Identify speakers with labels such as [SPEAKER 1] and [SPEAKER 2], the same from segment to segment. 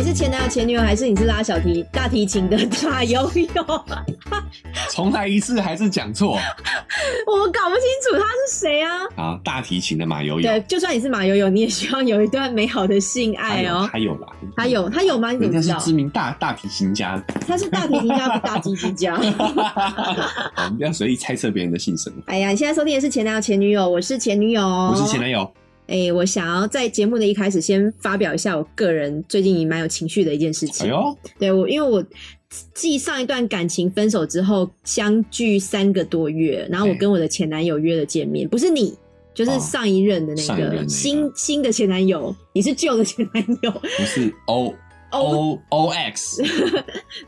[SPEAKER 1] 你是前男友前女友，还是你是拉小提大提琴的大悠 悠？
[SPEAKER 2] 重来一次还是讲错？
[SPEAKER 1] 我们搞不清楚他是谁啊！
[SPEAKER 2] 啊，大提琴的马友友，
[SPEAKER 1] 对，就算你是马友友，你也希望有一段美好的性
[SPEAKER 2] 他
[SPEAKER 1] 爱
[SPEAKER 2] 有
[SPEAKER 1] 哦。
[SPEAKER 2] 他有啦，
[SPEAKER 1] 他有他有吗？你怎
[SPEAKER 2] 人家
[SPEAKER 1] 么知
[SPEAKER 2] 是
[SPEAKER 1] 道？
[SPEAKER 2] 知名大大提琴家，
[SPEAKER 1] 他是大提琴家，不是大鸡鸡 家。
[SPEAKER 2] 我哦们不要随意猜测别人的性生活。
[SPEAKER 1] 哎呀，你现在收听的是前男友前女友，我是前女友，
[SPEAKER 2] 我
[SPEAKER 1] 我
[SPEAKER 2] 是前男友，
[SPEAKER 1] 哎、我想要在节目的一开始先发表一下我个人最近蛮有情绪的一件事
[SPEAKER 2] 哎
[SPEAKER 1] 情。
[SPEAKER 2] 呦，
[SPEAKER 1] 对我，因为我继上一段感情分手之后，相距三个多月，然后我
[SPEAKER 2] 哎
[SPEAKER 1] 跟我的前男友约了见面，不是你。就是
[SPEAKER 2] 哦
[SPEAKER 1] 上一任的那
[SPEAKER 2] 上一任
[SPEAKER 1] 个、
[SPEAKER 2] 那个
[SPEAKER 1] 新新的前男友，你是旧的前男友。
[SPEAKER 2] 不是 O
[SPEAKER 1] 哦，
[SPEAKER 2] O O X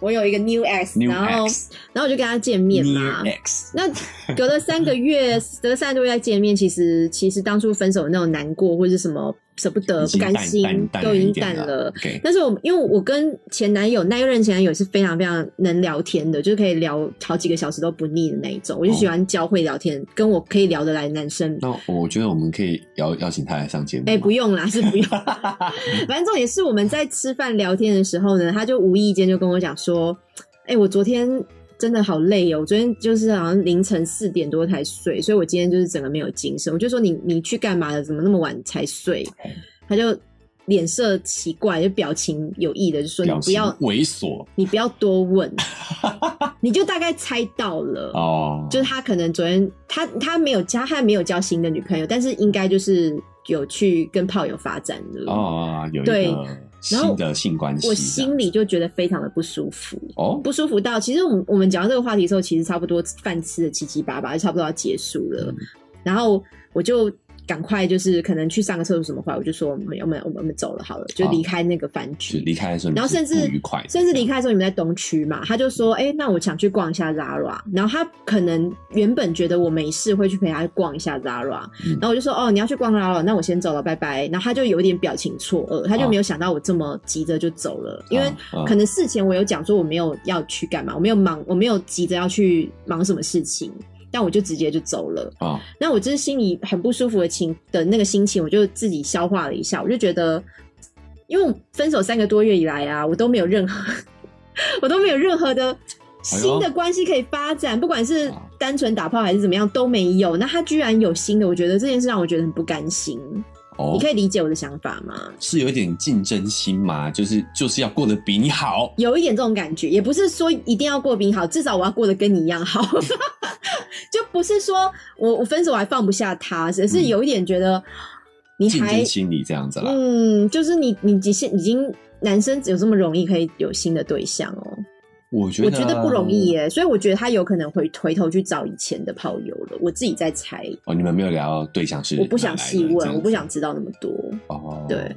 [SPEAKER 1] 我有一个 new x，
[SPEAKER 2] New
[SPEAKER 1] 然后
[SPEAKER 2] X
[SPEAKER 1] 然后我就跟他见面
[SPEAKER 2] Near
[SPEAKER 1] 嘛。
[SPEAKER 2] X，
[SPEAKER 1] 那隔了三个月， 隔了三个多月再见面，其实其实当初分手的那种难过或者是什么舍不得、
[SPEAKER 2] 已
[SPEAKER 1] 不
[SPEAKER 2] 经
[SPEAKER 1] 甘
[SPEAKER 2] 淡
[SPEAKER 1] 心
[SPEAKER 2] 淡，淡
[SPEAKER 1] 都
[SPEAKER 2] 了
[SPEAKER 1] 已经
[SPEAKER 2] 一点
[SPEAKER 1] 淡了
[SPEAKER 2] 了。。OK，
[SPEAKER 1] 但是我因为我跟前男友那一任前男友是非常非常能聊天的，就是可以聊好几个小时都不腻的那一种。我就喜欢教会聊天，跟我可以聊得来的男生。
[SPEAKER 2] 那我觉得我们可以邀邀请他来上节目吗。啊
[SPEAKER 1] 哎、不用啦，是不 用。反正重点是我们在吃饭聊天的时候呢，他就无意间就跟我讲说：“哎、我昨天真的好累哦，我昨天就是好像凌晨四点多才睡，所以我今天就是整个没有精神。”我就说你：“你去干嘛了？怎么那么晚才睡？”他就脸色奇怪，就表情有意的就说：“你
[SPEAKER 2] 表
[SPEAKER 1] 不
[SPEAKER 2] 情
[SPEAKER 1] 要，
[SPEAKER 2] 猥琐
[SPEAKER 1] 你不要多 问，你就大概猜到了。”
[SPEAKER 2] 哦，
[SPEAKER 1] 就是他可能昨天他他没有交，他还没有交新的女朋友，但是应该就是有去跟炮友发展的。
[SPEAKER 2] 哦，有一
[SPEAKER 1] 对
[SPEAKER 2] 个
[SPEAKER 1] 然后
[SPEAKER 2] 新的性关系这
[SPEAKER 1] 我
[SPEAKER 2] 样，
[SPEAKER 1] 心里就觉得非常的不舒服，
[SPEAKER 2] 哦，
[SPEAKER 1] 不舒服到其实我们我们讲到这个话题的时候，其实差不多饭吃的七七八八，就差不多要结束了。
[SPEAKER 2] 嗯
[SPEAKER 1] 然后我就赶快就是可能去上个厕所什么话，我就说我们我们我们我们走了好了，就
[SPEAKER 2] 好
[SPEAKER 1] 离开那个饭
[SPEAKER 2] 就
[SPEAKER 1] 局。
[SPEAKER 2] 离开的时候，
[SPEAKER 1] 然后甚至
[SPEAKER 2] 不愉快的，
[SPEAKER 1] 甚至离开的时候，你们在东区嘛，他就说：“哎、那我想去逛一下 Zara。”然后他可能原本觉得我没事会去陪他逛一下 Zara，、
[SPEAKER 2] 嗯
[SPEAKER 1] 然后我就说：“哦，你要去逛 Zara，那我先走了，拜拜。”然后他就有点表情错愕，他就没有想到我这么急着就走了，因为
[SPEAKER 2] 嗯嗯
[SPEAKER 1] 可能事前我有讲说我没有要去干嘛，我没有忙，我没有急着要去忙什么事情，但我就直接就走了。
[SPEAKER 2] 啊，
[SPEAKER 1] 那我就是心里很不舒服的情的那个心情，我就自己消化了一下，我就觉得，因为我分手三个多月以来啊，我都没有任何， 我都没有任何的新的关系可以发展，不管
[SPEAKER 2] 哎
[SPEAKER 1] 是单纯打炮还是怎么样都没有。那他居然有新的，我觉得这件事让我觉得很不甘心。
[SPEAKER 2] 哦
[SPEAKER 1] 你，可以理解我的想法吗？
[SPEAKER 2] 是有一点竞争心嘛，就是就是要过得比你好，
[SPEAKER 1] 有一点这种感觉，也不是说一定要过比你好，至少我要过得跟你一样 好，就不是说我我分手还放不下他，只是
[SPEAKER 2] 嗯
[SPEAKER 1] 有一点觉得你
[SPEAKER 2] 竞
[SPEAKER 1] 还
[SPEAKER 2] 争心理这样子啦。
[SPEAKER 1] 嗯，就是你你已经已经男生有这么容易可以有新的对象哦，
[SPEAKER 2] 我觉得
[SPEAKER 1] 我觉得不容易
[SPEAKER 2] 啊
[SPEAKER 1] 耶，所以我觉得他有可能回回头去找以前的炮友了，我自己在猜，
[SPEAKER 2] 哦，你们没有聊对象是
[SPEAKER 1] 我不想
[SPEAKER 2] 哪来的
[SPEAKER 1] 细
[SPEAKER 2] 这
[SPEAKER 1] 问，
[SPEAKER 2] 样
[SPEAKER 1] 我不
[SPEAKER 2] 子
[SPEAKER 1] 想知道那么多，
[SPEAKER 2] 哦，
[SPEAKER 1] 对，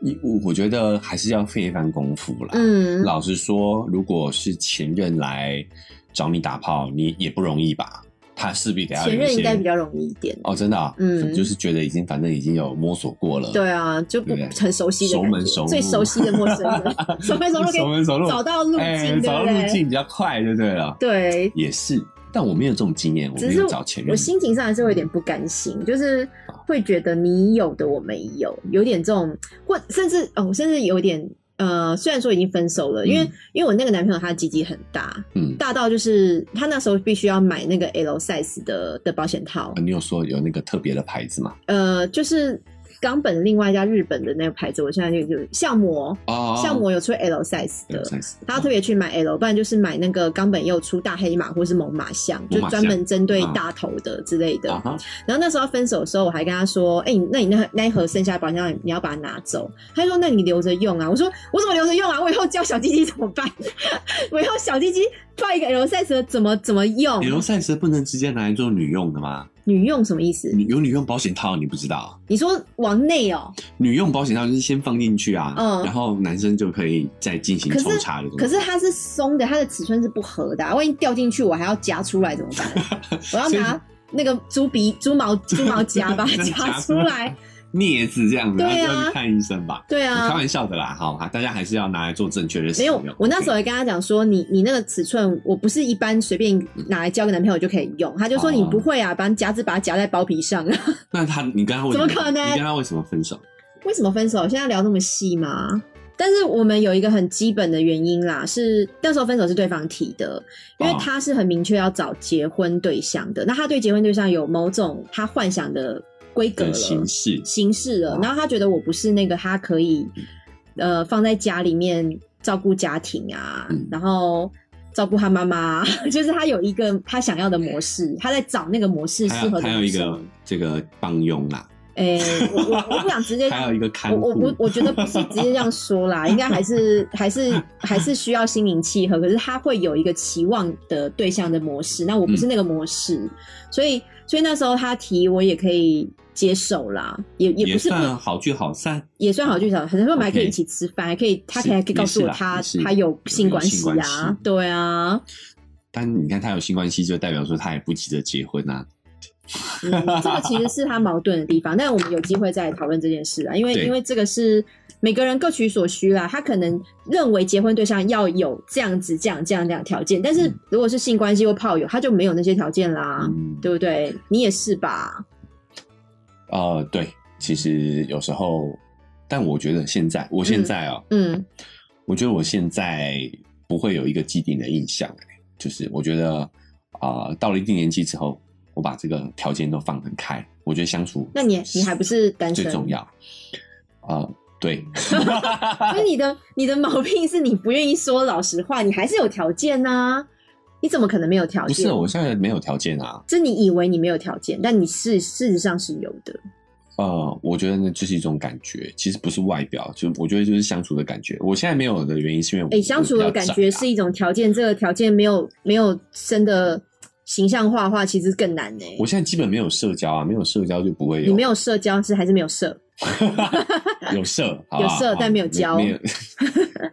[SPEAKER 2] 你我我觉得还是要费一番功夫啦。
[SPEAKER 1] 嗯，
[SPEAKER 2] 啊老实说，如果是前任来找你打炮，你也不容易吧？他势必得要有
[SPEAKER 1] 前
[SPEAKER 2] 一
[SPEAKER 1] 任
[SPEAKER 2] 些
[SPEAKER 1] 应该比较容易一点，
[SPEAKER 2] 哦，真的、啊，
[SPEAKER 1] 嗯
[SPEAKER 2] 就是觉得已经反正已经有摸索过了，
[SPEAKER 1] 对啊，就不
[SPEAKER 2] 对不对
[SPEAKER 1] 很熟悉的
[SPEAKER 2] 熟
[SPEAKER 1] 感觉
[SPEAKER 2] 门熟路
[SPEAKER 1] 最熟悉的陌生人， 熟门熟路可
[SPEAKER 2] 熟
[SPEAKER 1] 以
[SPEAKER 2] 门熟路，
[SPEAKER 1] 找到路
[SPEAKER 2] 哎
[SPEAKER 1] 径，对
[SPEAKER 2] 找到路
[SPEAKER 1] 不对？
[SPEAKER 2] 径比较快，就对了，
[SPEAKER 1] 对，
[SPEAKER 2] 也是，但我没有这种经验，我
[SPEAKER 1] 只
[SPEAKER 2] 没
[SPEAKER 1] 是
[SPEAKER 2] 有找前任哦
[SPEAKER 1] 我，心情上还是会有点不甘心，就是会觉得你有的我没有，有点这种，或甚至哦，甚至有点呃，虽然说已经分手了，因为、
[SPEAKER 2] 嗯
[SPEAKER 1] 因为我那个男朋友他的鸡鸡很大，
[SPEAKER 2] 嗯、
[SPEAKER 1] 大到就是他那时候必须要买那个 L size 的的保险套
[SPEAKER 2] 啊，你有说有那个特别的牌子吗？
[SPEAKER 1] 呃，就是冈本的另外一家日本的那个牌子，我现在就就相模，
[SPEAKER 2] 哦，
[SPEAKER 1] 相模有出 L size 的，他
[SPEAKER 2] 他
[SPEAKER 1] 要特别去买 L，不然就是买那个冈本佑出大黑马或是猛犸象，就
[SPEAKER 2] 猛犸象
[SPEAKER 1] 专门针对
[SPEAKER 2] 啊
[SPEAKER 1] 大头的之类的。
[SPEAKER 2] 啊哈，
[SPEAKER 1] 然后那时候分手的时候，我还跟他说：“哎、你那你那那一盒剩下的保险套，你要把它拿走。”他就说：“那你留着用啊。”我说：“我怎么留着用啊？我以后教小鸡鸡怎么办？ 我以后小鸡鸡换一个 L size 的怎么怎么用？
[SPEAKER 2] 羽绒赛车不能直接拿来做女用的吗？
[SPEAKER 1] 女用什么意思？
[SPEAKER 2] 你有女用保险套，你不知道？
[SPEAKER 1] 你说往内哦、
[SPEAKER 2] 女用保险套就是先放进去啊，
[SPEAKER 1] 嗯
[SPEAKER 2] 然后男生就可以再进行
[SPEAKER 1] 可是
[SPEAKER 2] 抽查的动作。
[SPEAKER 1] 可是它是松的，它的尺寸是不合的、啊，万一掉进去我还要夹出来怎么 办？我要
[SPEAKER 2] 所以
[SPEAKER 1] 拿那个猪鼻猪毛猪毛 夹把它
[SPEAKER 2] 真的
[SPEAKER 1] 夹
[SPEAKER 2] 夹
[SPEAKER 1] 出
[SPEAKER 2] 出来
[SPEAKER 1] 来。
[SPEAKER 2] 镊子这样子，
[SPEAKER 1] 对啊
[SPEAKER 2] 要去看医生吧。
[SPEAKER 1] 对啊，
[SPEAKER 2] 开玩笑的啦，好，大家还是要拿来做正确的使
[SPEAKER 1] 没有
[SPEAKER 2] 用。，
[SPEAKER 1] 我那时候也跟他讲说，你你那个尺寸，我不是一般随便拿来交个男朋友就可以用。他就说
[SPEAKER 2] 哦
[SPEAKER 1] 你不会啊，把你夹子把它夹在包皮上。
[SPEAKER 2] 那他，你跟他为什
[SPEAKER 1] 怎么可能
[SPEAKER 2] 你跟他为什么分手？
[SPEAKER 1] 为什么分手？现在聊那么细吗？但是我们有一个很基本的原因啦，是那时候分手是对方提的，因为
[SPEAKER 2] 哦
[SPEAKER 1] 他是很明确要找结婚对象的，那他对结婚对象有某种他幻想的规格
[SPEAKER 2] 跟
[SPEAKER 1] 了，
[SPEAKER 2] 形式
[SPEAKER 1] 形式了
[SPEAKER 2] 哦。
[SPEAKER 1] 然后他觉得我不是那个他可以呃放在家里面照顾家庭啊，
[SPEAKER 2] 嗯
[SPEAKER 1] 然后照顾他妈妈 啊、就是他有一个他想要的模式，他在找那个模式
[SPEAKER 2] 还
[SPEAKER 1] 适
[SPEAKER 2] 有
[SPEAKER 1] 合的
[SPEAKER 2] 还有
[SPEAKER 1] 女
[SPEAKER 2] 一
[SPEAKER 1] 生
[SPEAKER 2] 个这个帮佣啦，。
[SPEAKER 1] 诶、我我我不想直接
[SPEAKER 2] 还有一个看
[SPEAKER 1] 我我
[SPEAKER 2] 护
[SPEAKER 1] 不，我觉得不是直接这样说 啦，应该还是还是还是需要心灵契合。可是他会有一个期望的对象的模式，那我不是那个模式，
[SPEAKER 2] 嗯
[SPEAKER 1] 所以所以那时候他提我也可以接受啦，也也
[SPEAKER 2] 也
[SPEAKER 1] 不是不
[SPEAKER 2] 算好聚好散，
[SPEAKER 1] 也算好聚少，很多时候还可以
[SPEAKER 2] OK
[SPEAKER 1] 一起吃饭，还可以他
[SPEAKER 2] 是
[SPEAKER 1] 可以还可以告诉
[SPEAKER 2] 也
[SPEAKER 1] 我
[SPEAKER 2] 是啦
[SPEAKER 1] 他
[SPEAKER 2] 也是
[SPEAKER 1] 他有性关系
[SPEAKER 2] 有性
[SPEAKER 1] 啊
[SPEAKER 2] 关系，
[SPEAKER 1] 对啊，
[SPEAKER 2] 但你看他有性关系，就代表说他也不急着结婚啊。
[SPEAKER 1] 嗯这个其实是他矛盾的地方，但我们有机会再讨论这件事啊，因为
[SPEAKER 2] 对
[SPEAKER 1] 因为这个是每个人各取所需啦，他可能认为结婚对象要有这样子、这样、这样、这样条件，但是
[SPEAKER 2] 嗯
[SPEAKER 1] 如果是性关系或炮友，他就没有那些条件啦，
[SPEAKER 2] 嗯，
[SPEAKER 1] 啊对不对？你也是吧？
[SPEAKER 2] 呃，对，其实有时候，但我觉得现在，我现在哦、
[SPEAKER 1] 嗯，
[SPEAKER 2] 我觉得我现在不会有一个既定的印象、欸，就是我觉得啊、呃到了一定年纪之后，我把这个条件都放很开，我觉得相处
[SPEAKER 1] 那你你还不是单身
[SPEAKER 2] 最？重要啊、呃对，
[SPEAKER 1] 所以你的你的毛病是你不愿意说老实话，你还是有条件呐、你怎么可能没有条
[SPEAKER 2] 不
[SPEAKER 1] 件？
[SPEAKER 2] 是我现在没有条件啊，
[SPEAKER 1] 这你以为你没有条件，但你事事实上是有的。
[SPEAKER 2] 呃，我觉得那就是一种感觉，其实不是外表，就我觉得就是相处的感觉。我现在没有的原因是因为我
[SPEAKER 1] 哎，相处的感觉
[SPEAKER 2] 啊
[SPEAKER 1] 是一种条件，这个条件没有没有真的形象化的话，其实更难呢、
[SPEAKER 2] 我现在基本没有社交啊，没有社交就不会有
[SPEAKER 1] 你没有社交是还是没有社？
[SPEAKER 2] 有社，好不好
[SPEAKER 1] 有社
[SPEAKER 2] 好
[SPEAKER 1] 但没有交
[SPEAKER 2] 没有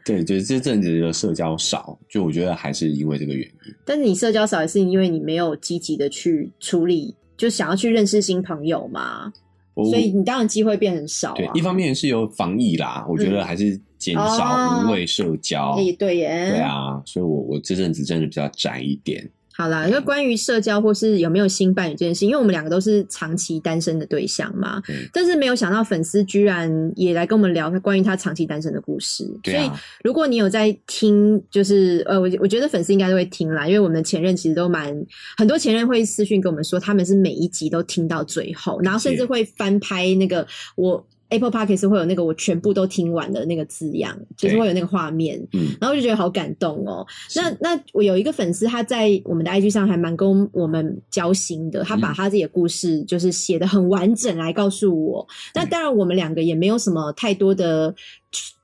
[SPEAKER 2] 对，就是这阵子的社交少，就我觉得还是因为这个原因。
[SPEAKER 1] 但是你社交少也是因为你没有积极的去处理，就想要去认识新朋友嘛，
[SPEAKER 2] 我
[SPEAKER 1] 所以你当然机会变很少
[SPEAKER 2] 哦对
[SPEAKER 1] 啊。
[SPEAKER 2] 一方面是有防疫啦，我觉得还是减
[SPEAKER 1] 嗯哦
[SPEAKER 2] 少无谓社交。
[SPEAKER 1] 哎，对耶，
[SPEAKER 2] 对啊，所以我我这阵子真的比较宅一点。
[SPEAKER 1] 好啦，因为关于社交或是有没有新伴侣这件事，因为我们两个都是长期单身的对象嘛，
[SPEAKER 2] 嗯
[SPEAKER 1] 但是没有想到粉丝居然也来跟我们聊他关于他长期单身的故事。
[SPEAKER 2] 对
[SPEAKER 1] 所以
[SPEAKER 2] 啊，
[SPEAKER 1] 如果你有在听，就是呃，我我觉得粉丝应该都会听啦，因为我们的前任其实都蛮很多前任会私讯跟我们说，他们是每一集都听到最后，然后甚至
[SPEAKER 2] 是
[SPEAKER 1] 会翻拍那个我。Apple Podcast 会有那个我全部都听完的那个字样，就是
[SPEAKER 2] 对
[SPEAKER 1] 会有那个画面，
[SPEAKER 2] 嗯，
[SPEAKER 1] 然后就觉得好感动哦。
[SPEAKER 2] 是
[SPEAKER 1] 那那我有一个粉丝，他在我们的 IG 上还蛮跟我们交心的，他把
[SPEAKER 2] 嗯
[SPEAKER 1] 他自己的故事就是写的很完整来告诉我。那
[SPEAKER 2] 对
[SPEAKER 1] 当然，我们两个也没有什么太多的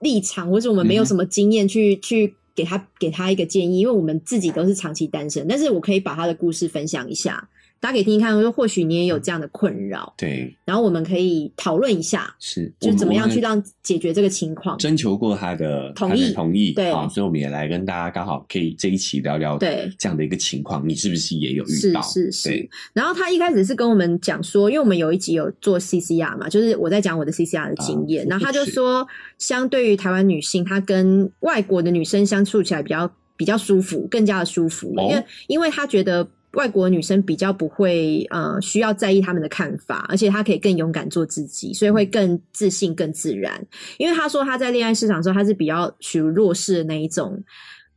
[SPEAKER 1] 立场，或者我们没有
[SPEAKER 2] 嗯哼
[SPEAKER 1] 什么经验去、去。给他给他一个建议，因为我们自己都是长期单身，但是我可以把他的故事分享一下，大家可以听听看，说或许你也有这样的困扰，
[SPEAKER 2] 对，
[SPEAKER 1] 然后我们可以讨论一下，
[SPEAKER 2] 是
[SPEAKER 1] 就怎么样去
[SPEAKER 2] 到。
[SPEAKER 1] 让解决这个情况。
[SPEAKER 2] 征求过他的
[SPEAKER 1] 同
[SPEAKER 2] 他的
[SPEAKER 1] 意
[SPEAKER 2] 同意，
[SPEAKER 1] 对
[SPEAKER 2] 好，所以我们也来跟大家刚好可以这一期聊聊
[SPEAKER 1] 对
[SPEAKER 2] 这样的一个情况，你是不是也有遇
[SPEAKER 1] 是
[SPEAKER 2] 到？
[SPEAKER 1] 是是
[SPEAKER 2] 对。
[SPEAKER 1] 然后他一开始是跟我们讲说，因为我们有一集有做 CCR 嘛，就是我在讲我的 CCR 的经验，
[SPEAKER 2] 啊
[SPEAKER 1] 然后他就是说，相对于台湾女性，她跟外国的女生相处起来比较比较舒服，更加的舒服，
[SPEAKER 2] 哦
[SPEAKER 1] 因为因为他觉得。外国女生比较不会呃需要在意他们的看法，而且她可以更勇敢做自己，所以会更自信、更自然。因为他说他在恋爱市场的时候，他是比较属于弱势的那一种，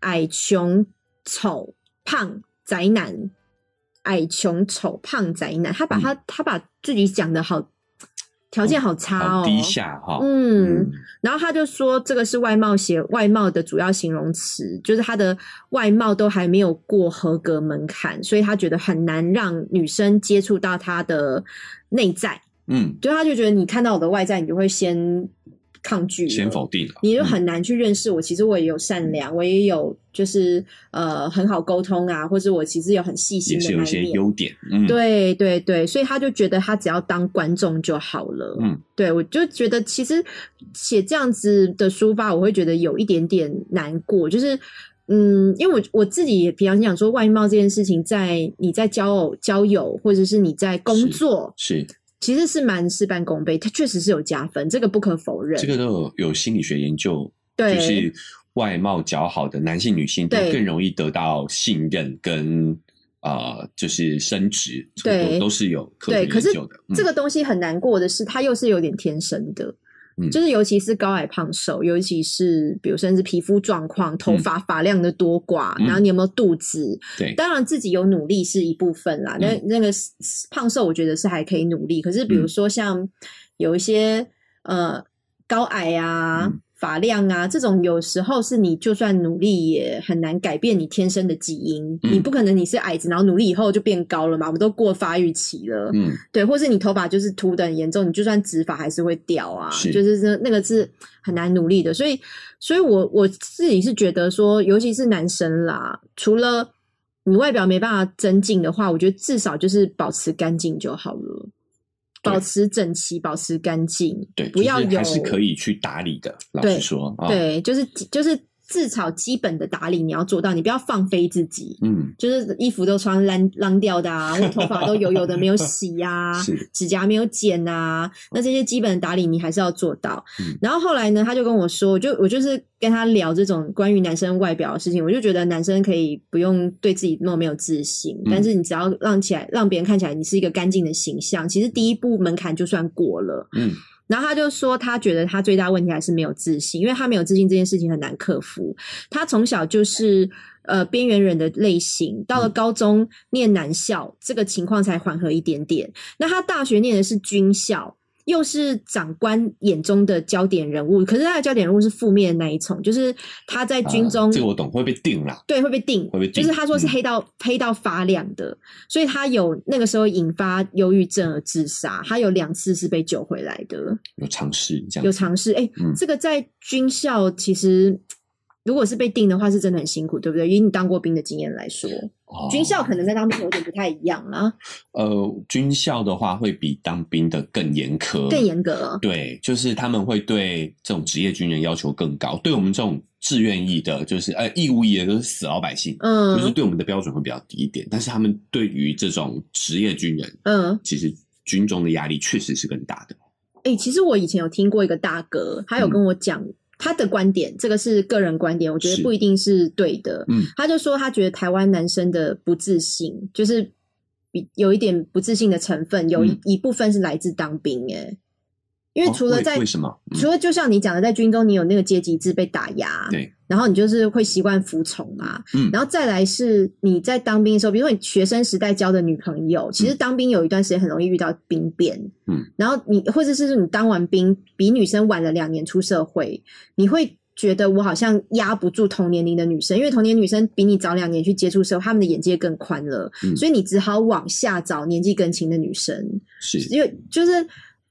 [SPEAKER 1] 矮、穷、丑、胖、宅男，矮、穷、丑、胖、宅男。他
[SPEAKER 2] 嗯
[SPEAKER 1] 把他、他把自己讲的好，条件好差哦，
[SPEAKER 2] 好低下哈，
[SPEAKER 1] 嗯，然后他就说，这个是外貌协外貌的主要形容词，就是他的外貌都还没有过合格门槛，所以他觉得很难让女生接触到他的内在。
[SPEAKER 2] 嗯，
[SPEAKER 1] 就他就觉得你看到我的外在，你就会先抗拒了，
[SPEAKER 2] 先否定了，
[SPEAKER 1] 你就
[SPEAKER 2] 嗯
[SPEAKER 1] 很难去认识我。其实我也有善良，我也有就是呃很好沟通啊，或者我其实有很细心
[SPEAKER 2] 也
[SPEAKER 1] 的
[SPEAKER 2] 是
[SPEAKER 1] 那
[SPEAKER 2] 有一些
[SPEAKER 1] 面。
[SPEAKER 2] 优点，嗯，
[SPEAKER 1] 对对对，所以他就觉得他只要当观众就好了。
[SPEAKER 2] 嗯，
[SPEAKER 1] 对我就觉得其实写这样子的抒发，我会觉得有一点点难过，就是。嗯，因为我我自己也平常想说，外貌这件事情在，你在交友、交友，或者是你在工
[SPEAKER 2] 是
[SPEAKER 1] 作，
[SPEAKER 2] 是
[SPEAKER 1] 其实是蛮事半功倍，它确实是有加分，这个不可否认。
[SPEAKER 2] 这个都有有心理学研究，
[SPEAKER 1] 对
[SPEAKER 2] 就是外貌较好的男性、女性都
[SPEAKER 1] 对
[SPEAKER 2] 更容易得到信任跟呃，就是升职，
[SPEAKER 1] 对
[SPEAKER 2] 都都是有科
[SPEAKER 1] 对，
[SPEAKER 2] 学
[SPEAKER 1] 可
[SPEAKER 2] 研
[SPEAKER 1] 是
[SPEAKER 2] 究的，嗯
[SPEAKER 1] 这个东西很难过的是，它又是有点天生的。
[SPEAKER 2] 嗯
[SPEAKER 1] 就是尤其是高矮胖瘦，尤其是比如甚至皮肤状况、头发发量的多寡，
[SPEAKER 2] 嗯
[SPEAKER 1] 然后你有没有肚子，
[SPEAKER 2] 对，嗯
[SPEAKER 1] 当然自己有努力是一部分啦，那、那个是胖瘦我觉得是还可以努力，可是比如说像有一些、呃高矮啊、
[SPEAKER 2] 嗯
[SPEAKER 1] 发量啊这种，有时候是你就算努力也很难改变你天生的基因，
[SPEAKER 2] 嗯
[SPEAKER 1] 你不可能你是矮子，然后努力以后就变高了嘛，我们都过发育期了，
[SPEAKER 2] 嗯，
[SPEAKER 1] 对，或是你头发就是秃的很严重，你就算植发还是会掉啊，
[SPEAKER 2] 是
[SPEAKER 1] 就是那那个是很难努力的。所以，所以我我自己是觉得说，尤其是男生啦，除了你外表没办法增进的话，我觉得至少就是保持干净就好了，
[SPEAKER 2] 对
[SPEAKER 1] 保持整齐，保持干净，
[SPEAKER 2] 对，
[SPEAKER 1] 不要
[SPEAKER 2] 就是
[SPEAKER 1] 有
[SPEAKER 2] 还是可以去打理的。老
[SPEAKER 1] 对
[SPEAKER 2] 实说，啊，
[SPEAKER 1] 对，就是就是至少基本的打理你要做到，你不要放飞自己。
[SPEAKER 2] 嗯，
[SPEAKER 1] 就是衣服都穿烂烂掉的 啊，或头发都油油的没有洗呀、啊，
[SPEAKER 2] 是，哦
[SPEAKER 1] 指甲没有剪啊，那这些基本的打理你还是要做到。
[SPEAKER 2] 嗯
[SPEAKER 1] 然后后来呢，他就跟我说，我就我就是跟他聊这种关于男生外表的事情，我就觉得男生可以不用对自己那么没有自信，
[SPEAKER 2] 嗯
[SPEAKER 1] 但是你只要让起来让别人看起来你是一个干净的形象，其实第一步门槛就算过了。
[SPEAKER 2] 嗯，
[SPEAKER 1] 然后他就说，他觉得他最大问题还是没有自信，因为他没有自信这件事情很难克服。他从小就是呃边缘人的类型，到了
[SPEAKER 2] 嗯
[SPEAKER 1] 高中念男校，这个情况才缓和一点点。那他大学念的是军校，又是长官眼中的焦点人物，可是他的焦点人物是负面的那一种，就是他在军
[SPEAKER 2] 啊
[SPEAKER 1] 中、
[SPEAKER 2] 这个我懂，会被定啦。
[SPEAKER 1] 对，会被定，
[SPEAKER 2] 会被定
[SPEAKER 1] 就是他说是
[SPEAKER 2] 嗯
[SPEAKER 1] 黑到、黑到发亮的，所以他有那个时候引发忧郁症而自杀，他有两次是被救回来的，
[SPEAKER 2] 有尝试这
[SPEAKER 1] 有
[SPEAKER 2] 样，
[SPEAKER 1] 尝试。哎、
[SPEAKER 2] 嗯
[SPEAKER 1] 这个在军校其实如果是被定的话，是真的很辛苦，对不对？以你当过兵的经验来说，
[SPEAKER 2] 哦
[SPEAKER 1] 军校可能在当兵有点不太一样啊啦，
[SPEAKER 2] 呃，军校的话会比当兵的更严苛，
[SPEAKER 1] 更严格了。
[SPEAKER 2] 对，就是他们会对这种职业军人要求更高，对我们这种志愿役的，就是呃义务役的，就是死老百姓，就是
[SPEAKER 1] 嗯
[SPEAKER 2] 对我们的标准会比较低一点。但是他们对于这种职业军人，
[SPEAKER 1] 嗯，
[SPEAKER 2] 其实军中的压力确实是更大的。
[SPEAKER 1] 哎、其实我以前有听过一个大哥，他有
[SPEAKER 2] 嗯
[SPEAKER 1] 跟我讲、他的观点，这个是个人观点，我觉得
[SPEAKER 2] 是
[SPEAKER 1] 不一定是对的。
[SPEAKER 2] 嗯
[SPEAKER 1] 他就说他觉得台湾男生的不自信，就是比有一点不自信的成分，有一,、
[SPEAKER 2] 嗯
[SPEAKER 1] 一部分是来自当兵、欸，因为
[SPEAKER 2] 哦
[SPEAKER 1] 除了
[SPEAKER 2] 为
[SPEAKER 1] 在、
[SPEAKER 2] 为什么？嗯
[SPEAKER 1] 除了就像你讲的，在军中你有那个阶级制被打压，
[SPEAKER 2] 对，
[SPEAKER 1] 然后你就是会习惯服从嘛，
[SPEAKER 2] 嗯
[SPEAKER 1] 然后再来是你在当兵的时候，比如说你学生时代交的女朋友，其实当兵有一段时间很容易遇到兵变，
[SPEAKER 2] 嗯，
[SPEAKER 1] 然后你或者是你当完兵比女生晚了两年出社会，你会。觉得我好像压不住同年龄的女生，因为同年女生比你早两年去接触社会，她们的眼界更宽了，
[SPEAKER 2] 嗯
[SPEAKER 1] 所以你只好往下找年纪更轻的女生。
[SPEAKER 2] 是
[SPEAKER 1] 因为就是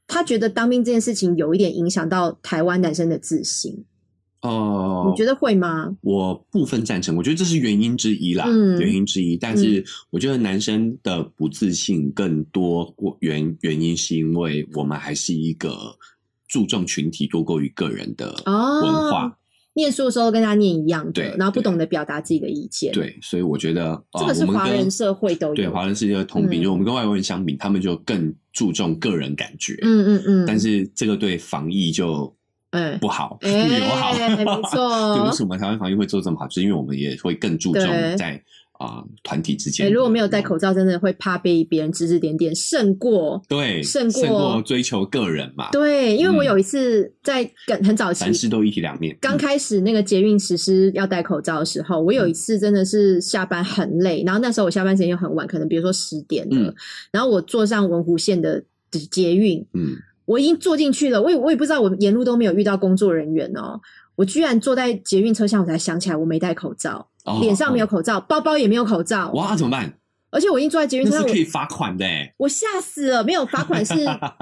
[SPEAKER 1] 他觉得当兵这件事情有一点影响到台湾男生的自信，
[SPEAKER 2] 哦，
[SPEAKER 1] 你觉得会吗？
[SPEAKER 2] 我部分赞成，我觉得这是原因之一啦，
[SPEAKER 1] 嗯
[SPEAKER 2] 原因之一。但是我觉得男生的不自信更多原原因是因为我们还是一个注重群体多过于个人的
[SPEAKER 1] 哦
[SPEAKER 2] 文化，
[SPEAKER 1] 念书的时候跟他念一样的
[SPEAKER 2] 对，
[SPEAKER 1] 然后不
[SPEAKER 2] 对
[SPEAKER 1] 懂得表达自己的意见，，
[SPEAKER 2] 对，所以我觉得呃
[SPEAKER 1] 这个是
[SPEAKER 2] 我们
[SPEAKER 1] 华
[SPEAKER 2] 跟
[SPEAKER 1] 人社会都有
[SPEAKER 2] 对华人世界的通病，
[SPEAKER 1] 嗯
[SPEAKER 2] 就我们跟外国人相比，他们就更注重个人感觉，
[SPEAKER 1] 嗯嗯嗯，
[SPEAKER 2] 但是这个对防疫就
[SPEAKER 1] 哎
[SPEAKER 2] 不好，不 友好，
[SPEAKER 1] 哎，没
[SPEAKER 2] 对，为
[SPEAKER 1] 错。
[SPEAKER 2] 什么台湾防疫会做这么好？就是因为我们也会更注重
[SPEAKER 1] 对
[SPEAKER 2] 在啊团、体之间
[SPEAKER 1] 哎，
[SPEAKER 2] 的。
[SPEAKER 1] 如果没有戴口罩，真的会怕被别人指指点点，胜过
[SPEAKER 2] 对
[SPEAKER 1] 胜过
[SPEAKER 2] 过追求个人嘛，
[SPEAKER 1] 对。因为我
[SPEAKER 2] 嗯
[SPEAKER 1] 有一次在更很早期
[SPEAKER 2] 凡事都一体两面。
[SPEAKER 1] 刚开始那个捷运实施要戴口罩的时候，我有一次真的是下班很累，然后那时候我下班时间又很晚，可能比如说十点了，
[SPEAKER 2] 嗯
[SPEAKER 1] 然后我坐上文湖线的捷运，
[SPEAKER 2] 嗯，
[SPEAKER 1] 我已经坐进去了，我也我也不知道我沿路都没有遇到工作人员哦，我居然坐在捷运车厢，我才想起来我没戴口罩，
[SPEAKER 2] 哦
[SPEAKER 1] 脸上没有
[SPEAKER 2] 哦
[SPEAKER 1] 口罩，包包也没有口罩，
[SPEAKER 2] 哇，怎么办？
[SPEAKER 1] 而且我已经坐在捷运车
[SPEAKER 2] 那
[SPEAKER 1] 厢，
[SPEAKER 2] 是可以
[SPEAKER 1] 我
[SPEAKER 2] 罚款的欸
[SPEAKER 1] 我吓死了，没有罚 款是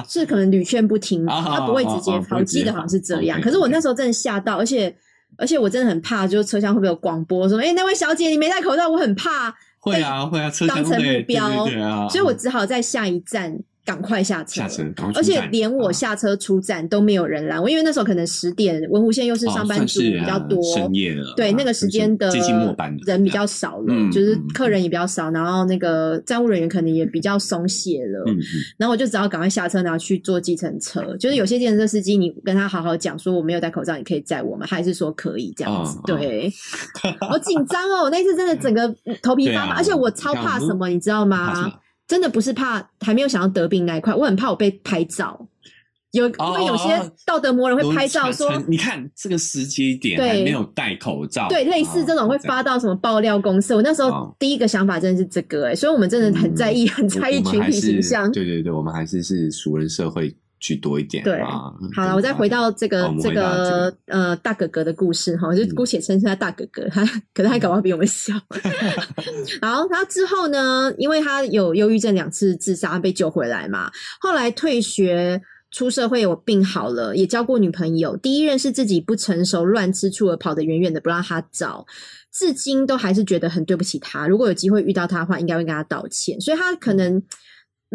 [SPEAKER 1] 是可能屡劝不听，
[SPEAKER 2] 啊
[SPEAKER 1] 他不会直接
[SPEAKER 2] 啊啊啊
[SPEAKER 1] 罚，
[SPEAKER 2] 不
[SPEAKER 1] 我
[SPEAKER 2] 会直接
[SPEAKER 1] 记得好像是这样。
[SPEAKER 2] 罚
[SPEAKER 1] 可是我
[SPEAKER 2] OK，OK
[SPEAKER 1] 那时候真的吓到，而且而且我真的很怕，就是车厢会不会有广播说，哎、那位小姐你没戴口罩，我很怕，
[SPEAKER 2] 会啊会啊，车
[SPEAKER 1] 当
[SPEAKER 2] 厢
[SPEAKER 1] 成
[SPEAKER 2] 对
[SPEAKER 1] 目标
[SPEAKER 2] 对对对啊，
[SPEAKER 1] 所以我只好在下一站赶快下车。
[SPEAKER 2] 下车，赶快出
[SPEAKER 1] 而且
[SPEAKER 2] 站
[SPEAKER 1] 连我
[SPEAKER 2] 啊
[SPEAKER 1] 下车出站都没有人拦我，因为那时候可能十点文湖线又是
[SPEAKER 2] 哦
[SPEAKER 1] 上班
[SPEAKER 2] 算
[SPEAKER 1] 族
[SPEAKER 2] 是
[SPEAKER 1] 比较
[SPEAKER 2] 啊
[SPEAKER 1] 多，
[SPEAKER 2] 深夜了，
[SPEAKER 1] 对，那
[SPEAKER 2] 啊
[SPEAKER 1] 个
[SPEAKER 2] 就
[SPEAKER 1] 时
[SPEAKER 2] 是
[SPEAKER 1] 间的
[SPEAKER 2] 接近末班了
[SPEAKER 1] 人比较少了，
[SPEAKER 2] 嗯
[SPEAKER 1] 就是
[SPEAKER 2] 嗯
[SPEAKER 1] 客人也比较少，然后那个站务人员可能也比较松懈了，
[SPEAKER 2] 嗯嗯
[SPEAKER 1] 然后我就只好赶快下车，然后去坐计程车。就是有些计程车司机，你跟他好好讲说我没有戴口罩，你可以载我吗？他还是说可以这样子
[SPEAKER 2] 嗯。嗯
[SPEAKER 1] 对，好紧张哦，我那次真的整个嗯头皮
[SPEAKER 2] 对
[SPEAKER 1] 发麻，
[SPEAKER 2] 啊
[SPEAKER 1] 而且我超
[SPEAKER 2] 你看
[SPEAKER 1] 怕
[SPEAKER 2] 我们
[SPEAKER 1] 什么，你知道
[SPEAKER 2] 怕什
[SPEAKER 1] 吗
[SPEAKER 2] 么？
[SPEAKER 1] 真的不是怕还没有想要得病那一块，我很怕我被拍照。有
[SPEAKER 2] 哦
[SPEAKER 1] 因为有
[SPEAKER 2] 哦
[SPEAKER 1] 些道德魔人会拍照说，
[SPEAKER 2] 传传你看这个时间点
[SPEAKER 1] 对
[SPEAKER 2] 还没有戴口罩，
[SPEAKER 1] 对，类似这种会发到什么爆料公司。我那时候
[SPEAKER 2] 哦嗯
[SPEAKER 1] 第一个想法真的是这个、哎，所以我们真的很在意，很
[SPEAKER 2] 我
[SPEAKER 1] 在意
[SPEAKER 2] 我们
[SPEAKER 1] 群
[SPEAKER 2] 还
[SPEAKER 1] 体
[SPEAKER 2] 是
[SPEAKER 1] 形象。
[SPEAKER 2] 对对对，我们还是是熟人社会居多一点
[SPEAKER 1] 对
[SPEAKER 2] 啊。
[SPEAKER 1] 好
[SPEAKER 2] 对
[SPEAKER 1] 了，我再回到这个、
[SPEAKER 2] 好我们
[SPEAKER 1] 这
[SPEAKER 2] 回到这
[SPEAKER 1] 个呃大哥哥的故事哈，就
[SPEAKER 2] 嗯
[SPEAKER 1] 姑且称他大哥哥，他可能他搞不好比我们 小。好，他之后呢，因为他有忧郁症两次自杀被救回来嘛，后来退学。出社会有病好了，也交过女朋友。第一任是自己不成熟，乱吃醋而跑得远远的，不让他找。至今都还是觉得很对不起他。如果有机会遇到他的话，应该会跟他道歉。所以他可能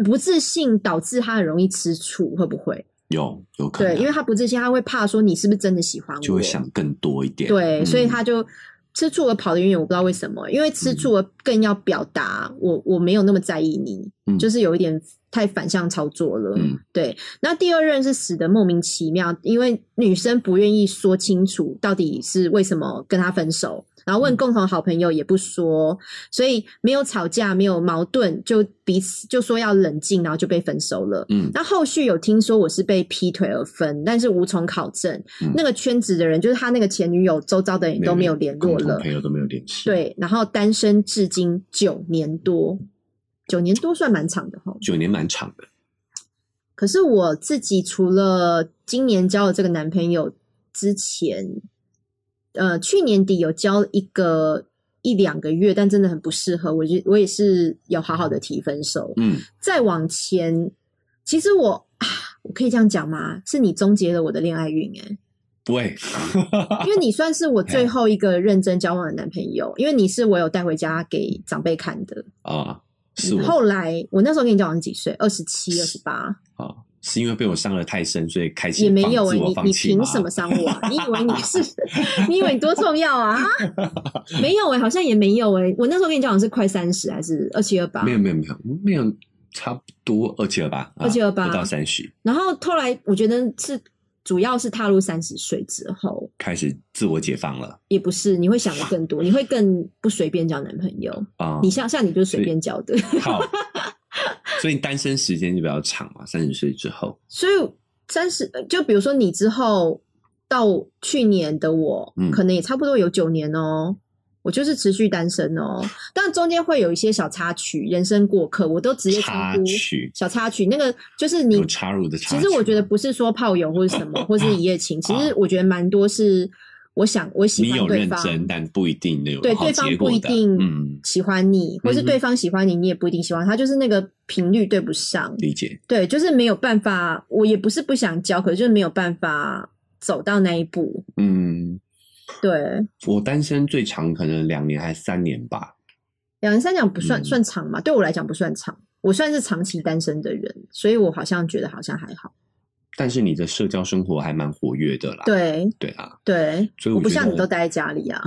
[SPEAKER 1] 不自信，导致他很容易吃醋，会不会？
[SPEAKER 2] 有有可能，啊
[SPEAKER 1] 对，因为他不自信，他会怕说你是不是真的喜欢我，
[SPEAKER 2] 就会想更多一点。
[SPEAKER 1] 对，
[SPEAKER 2] 嗯
[SPEAKER 1] 所以他就吃醋而跑得远远，我不知道为什么，因为吃醋而更要表达我我没有那么在意你，
[SPEAKER 2] 嗯
[SPEAKER 1] 就是有一点太反向操作了。
[SPEAKER 2] 嗯
[SPEAKER 1] 对，那第二任是死的莫名其妙，因为女生不愿意说清楚到底是为什么跟他分手。然后问
[SPEAKER 2] 嗯
[SPEAKER 1] 共同好朋友也不说，所以没有吵架，没有矛盾，就彼此就说要冷静，然后就被分手了。
[SPEAKER 2] 嗯
[SPEAKER 1] 那后续有听说我是被劈腿而分，但是无从考证。
[SPEAKER 2] 嗯
[SPEAKER 1] 那个圈子的人，就是他那个前女友周遭的人也都没有联络
[SPEAKER 2] 共同
[SPEAKER 1] 了
[SPEAKER 2] 朋。友都没有联系。，
[SPEAKER 1] 对，然后单身至今九年多，九年多算蛮长的哈。
[SPEAKER 2] 九年蛮长的，
[SPEAKER 1] 可是我自己除了今年交了这个男朋友之前，呃，去年底有交一个一两个月，但真的很不适合，我就我也是有好好的提分手。
[SPEAKER 2] 嗯，
[SPEAKER 1] 再往前，其实我啊，我可以这样讲吗？是你终结了我的恋爱运 哎、
[SPEAKER 2] 不会，
[SPEAKER 1] 因为你算是我 最后一个认真交往的男朋友，因为你是我有带回家给长辈看的。
[SPEAKER 2] 啊，是我
[SPEAKER 1] 嗯后来我那时候跟你交往几岁？二十七、二十八
[SPEAKER 2] 啊，是因为被我伤的太深，所以开始
[SPEAKER 1] 也没有
[SPEAKER 2] 放
[SPEAKER 1] 哎、
[SPEAKER 2] 自我
[SPEAKER 1] 你
[SPEAKER 2] 放
[SPEAKER 1] 你
[SPEAKER 2] 弃吗
[SPEAKER 1] 凭什么？伤我、 啊？你以为你是？你以为你多重要啊？啊没有哎、好像也没有哎、我那时候跟你交往是快三十还是二七二八
[SPEAKER 2] 没？有没有没有没有，差不多二七二八，啊
[SPEAKER 1] 2728
[SPEAKER 2] 不到三十，
[SPEAKER 1] 然后后来我觉得是主要是踏入三十岁之后，
[SPEAKER 2] 开始自我解放了
[SPEAKER 1] 也不是你会想的更多，你会更不随便交男朋友。
[SPEAKER 2] 啊。
[SPEAKER 1] 你像像你就是随
[SPEAKER 2] 是
[SPEAKER 1] 便交的。
[SPEAKER 2] 好， 所以单身时间就比较长嘛，三十岁之后，
[SPEAKER 1] 所以三十，呃就比如说你之后到去年的我，
[SPEAKER 2] 嗯
[SPEAKER 1] 可能也差不多有九年哦。我就是持续单身哦，但中间会有一些小插曲，人生过客，我都直接称
[SPEAKER 2] 插
[SPEAKER 1] 呼
[SPEAKER 2] 曲
[SPEAKER 1] 小插曲。那个就是你
[SPEAKER 2] 有插入的插曲
[SPEAKER 1] 其
[SPEAKER 2] 吗。
[SPEAKER 1] 实我觉得不是说炮友或是什么，或是一夜情，其实我觉得蛮多是我想我喜
[SPEAKER 2] 哦你
[SPEAKER 1] 欢
[SPEAKER 2] 有
[SPEAKER 1] 对
[SPEAKER 2] 认
[SPEAKER 1] 方，
[SPEAKER 2] 真，但不一定有
[SPEAKER 1] 对
[SPEAKER 2] 好
[SPEAKER 1] 对
[SPEAKER 2] 结
[SPEAKER 1] 方
[SPEAKER 2] 果
[SPEAKER 1] 不一
[SPEAKER 2] 的
[SPEAKER 1] 定
[SPEAKER 2] 嗯，
[SPEAKER 1] 喜欢你，或是
[SPEAKER 2] 嗯哼
[SPEAKER 1] 对方喜欢你，你也不一定喜欢他，就是那个频率对不上。
[SPEAKER 2] 理解。
[SPEAKER 1] 对，就是没有办法，我也不是不想交，可是就是没有办法走到那一步。
[SPEAKER 2] 嗯，
[SPEAKER 1] 对，
[SPEAKER 2] 我单身最长可能两年还三年吧。
[SPEAKER 1] 两人三讲不算、
[SPEAKER 2] 嗯
[SPEAKER 1] 算长嘛，对我来讲不算长，我算是长期单身的人，所以我好像觉得好像还好。
[SPEAKER 2] 但是你的社交生活还蛮活跃的啦。
[SPEAKER 1] 对
[SPEAKER 2] 对啊，
[SPEAKER 1] 对，
[SPEAKER 2] 所以
[SPEAKER 1] 我
[SPEAKER 2] 我
[SPEAKER 1] 不
[SPEAKER 2] 觉
[SPEAKER 1] 像你
[SPEAKER 2] 得嗯
[SPEAKER 1] 都待在家里啊。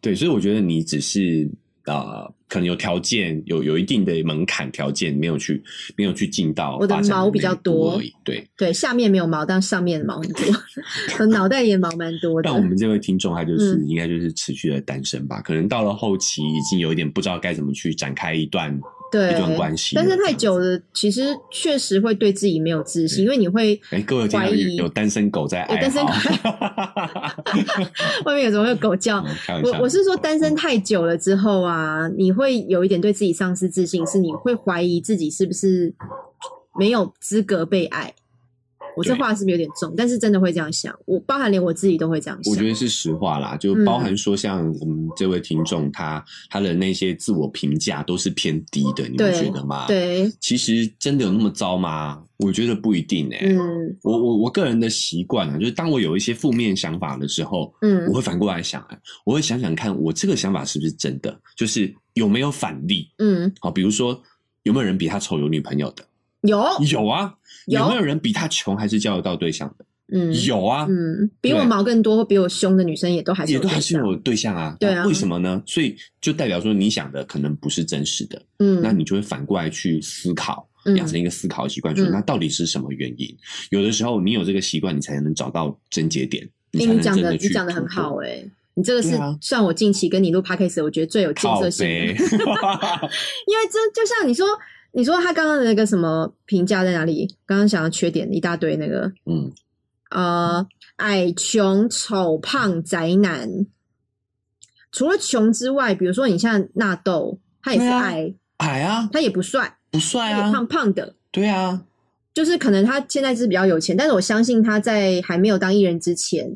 [SPEAKER 2] 对，所以我觉得你只是啊、呃可能有条件，有有一定的门槛条件，没有去没有去进到
[SPEAKER 1] 我的
[SPEAKER 2] 发展
[SPEAKER 1] 毛比较
[SPEAKER 2] 那一步
[SPEAKER 1] 多
[SPEAKER 2] 而已。对，
[SPEAKER 1] 对，下面没有毛，但上面毛很多， 我脑袋也毛蛮多的
[SPEAKER 2] 但。我们这位听众他就是、
[SPEAKER 1] 嗯
[SPEAKER 2] 应该就是持续的单身吧，可能到了后期已经有一点不知道该怎么去展开一段
[SPEAKER 1] 对
[SPEAKER 2] 一段关系了
[SPEAKER 1] 但是太
[SPEAKER 2] 这样
[SPEAKER 1] 久了，其实确实会对自己没有自信，因为你会
[SPEAKER 2] 哎，各位听
[SPEAKER 1] 怀
[SPEAKER 2] 到
[SPEAKER 1] 疑
[SPEAKER 2] 有有单身狗在
[SPEAKER 1] 有
[SPEAKER 2] 爱
[SPEAKER 1] 单身狗
[SPEAKER 2] 好，
[SPEAKER 1] 外面有时候会有狗叫，
[SPEAKER 2] 嗯开玩笑
[SPEAKER 1] 我我是说，单身太久了之后啊，你会有一点对自己丧失自信，
[SPEAKER 2] 哦
[SPEAKER 1] 是你会怀疑自己是不是没有资格被爱。我这
[SPEAKER 2] 对
[SPEAKER 1] 话是不是有点重？但是真的会这样想，我包含连我自己都会这样想。
[SPEAKER 2] 我觉得是实话啦，就
[SPEAKER 1] 嗯
[SPEAKER 2] 包含说像我们这位听众他、他的那些自我评价都是偏低的，你们
[SPEAKER 1] 对
[SPEAKER 2] 觉得吗？，
[SPEAKER 1] 对，
[SPEAKER 2] 其实真的有那么糟吗？我觉得不一定哎、
[SPEAKER 1] 嗯
[SPEAKER 2] 我我我个人的习惯啊，就是当我有一些负面想法的时候，我
[SPEAKER 1] 嗯，
[SPEAKER 2] 会反过来想，哎我会想想看，我这个想法是不是真的，就是有没有反例？
[SPEAKER 1] 嗯，
[SPEAKER 2] 好，比如说有没有人比他丑有女朋友的？
[SPEAKER 1] 有，
[SPEAKER 2] 有啊，
[SPEAKER 1] 有
[SPEAKER 2] 有没有人比他穷还是交得到对象的？
[SPEAKER 1] 嗯
[SPEAKER 2] 有啊，
[SPEAKER 1] 嗯，比我
[SPEAKER 2] 对
[SPEAKER 1] 毛更多、比我凶的女生也都还是
[SPEAKER 2] 也
[SPEAKER 1] 有
[SPEAKER 2] 都
[SPEAKER 1] 对
[SPEAKER 2] 还是
[SPEAKER 1] 象，
[SPEAKER 2] 有对象啊。
[SPEAKER 1] 对啊
[SPEAKER 2] 为什么呢？所以就代表说你想的可能不是真实的，那
[SPEAKER 1] 嗯
[SPEAKER 2] 你就会反过来去思考，
[SPEAKER 1] 嗯
[SPEAKER 2] 养成一个思考的习惯，说
[SPEAKER 1] 嗯
[SPEAKER 2] 那到底是什么原因？有的时候你有这个习惯，你才能找到症结点，
[SPEAKER 1] 哎，
[SPEAKER 2] 才
[SPEAKER 1] 你
[SPEAKER 2] 能
[SPEAKER 1] 讲
[SPEAKER 2] 真
[SPEAKER 1] 的你
[SPEAKER 2] 去
[SPEAKER 1] 讲的很
[SPEAKER 2] 突破
[SPEAKER 1] 好哎、你这个是
[SPEAKER 2] 对啊
[SPEAKER 1] 算我近期跟你录 podcast，我觉得最有建
[SPEAKER 2] 靠
[SPEAKER 1] 设性的。
[SPEAKER 2] 背，
[SPEAKER 1] 因为这就像你说，你说他刚刚的那个什么评价在哪里？刚刚想要缺点一大堆那个，
[SPEAKER 2] 嗯，
[SPEAKER 1] 呃，矮、穷、丑、胖、宅男。除了穷之外，比如说你像纳豆，他也是
[SPEAKER 2] 对啊
[SPEAKER 1] 矮，
[SPEAKER 2] 矮啊，
[SPEAKER 1] 他也不帅，他
[SPEAKER 2] 不帅
[SPEAKER 1] 也
[SPEAKER 2] 啊，
[SPEAKER 1] 胖胖的。
[SPEAKER 2] 对啊，
[SPEAKER 1] 就是可能他现在是比较有钱，但是我相信他在还没有当艺人之前，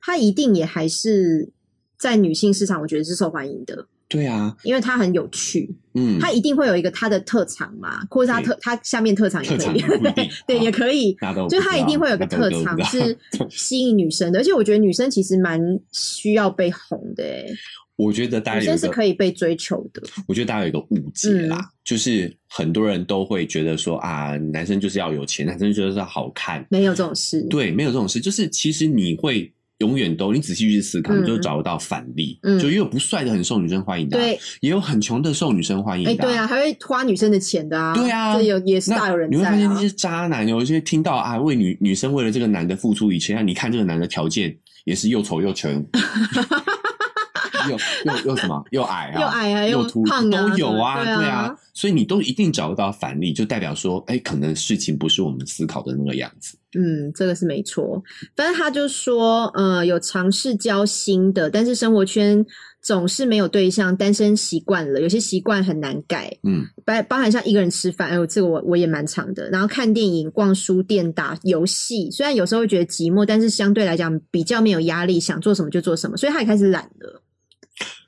[SPEAKER 1] 他一定也还是在女性市场，我觉得是受欢迎的，
[SPEAKER 2] 对啊，
[SPEAKER 1] 因为他很有趣，
[SPEAKER 2] 嗯，
[SPEAKER 1] 他一定会有一个他的特长嘛，或者他特他下面特长也
[SPEAKER 2] 特
[SPEAKER 1] 可
[SPEAKER 2] 长
[SPEAKER 1] 以，，
[SPEAKER 2] 不一定
[SPEAKER 1] 对，
[SPEAKER 2] 啊
[SPEAKER 1] 也可以，
[SPEAKER 2] 那都
[SPEAKER 1] 就他一定会有个特长
[SPEAKER 2] 长
[SPEAKER 1] 是 吸引女生的，而且我觉得女生其实蛮需要被红的、欸，
[SPEAKER 2] 我觉得大
[SPEAKER 1] 女
[SPEAKER 2] 家
[SPEAKER 1] 生
[SPEAKER 2] 有一
[SPEAKER 1] 是
[SPEAKER 2] 个，
[SPEAKER 1] 可以嗯被追求的，
[SPEAKER 2] 我觉得大家有一个误解啦，就是很多人都会觉得说啊，男生就是要有钱，男生就是要好看，
[SPEAKER 1] 没有这种事，
[SPEAKER 2] 对，啊没有这种事。就是其实你会永远都，你仔细去思考，
[SPEAKER 1] 嗯
[SPEAKER 2] 你就找得到反例。
[SPEAKER 1] 嗯
[SPEAKER 2] 就也有不帅的很受女生欢迎的啊、
[SPEAKER 1] 对，
[SPEAKER 2] 也有很穷的受女生欢迎
[SPEAKER 1] 哎、
[SPEAKER 2] 的、
[SPEAKER 1] 对啊，还会花女生的钱的啊，
[SPEAKER 2] 对啊
[SPEAKER 1] 这有也是大有人
[SPEAKER 2] 你
[SPEAKER 1] 在
[SPEAKER 2] 会
[SPEAKER 1] 啊，
[SPEAKER 2] 发现那些渣男，有一些听到啊，为女女生为了这个男的付出一切，那你看这个男的条件也是又丑又穷， 又又又什么又矮啊，
[SPEAKER 1] 又矮啊
[SPEAKER 2] 又
[SPEAKER 1] 又
[SPEAKER 2] 秃
[SPEAKER 1] 胖啊
[SPEAKER 2] 都有
[SPEAKER 1] 什么
[SPEAKER 2] 对
[SPEAKER 1] 对啊
[SPEAKER 2] 啊，所以你都一定找得到反例，就代表说，哎，可能事情不是我们思考的那个样子。
[SPEAKER 1] 嗯，这个是没错。反正他就说，呃，有尝试交新的，但是生活圈总是没有对象，单身习惯了，有些习惯很难改，
[SPEAKER 2] 嗯，
[SPEAKER 1] 包包含像一个人吃饭，哎呦，这个我我也蛮长的。然后看电影、逛书店、打游戏，虽然有时候会觉得寂寞，但是相对来讲比较没有压力，想做什么就做什么，所以他也开始懒了，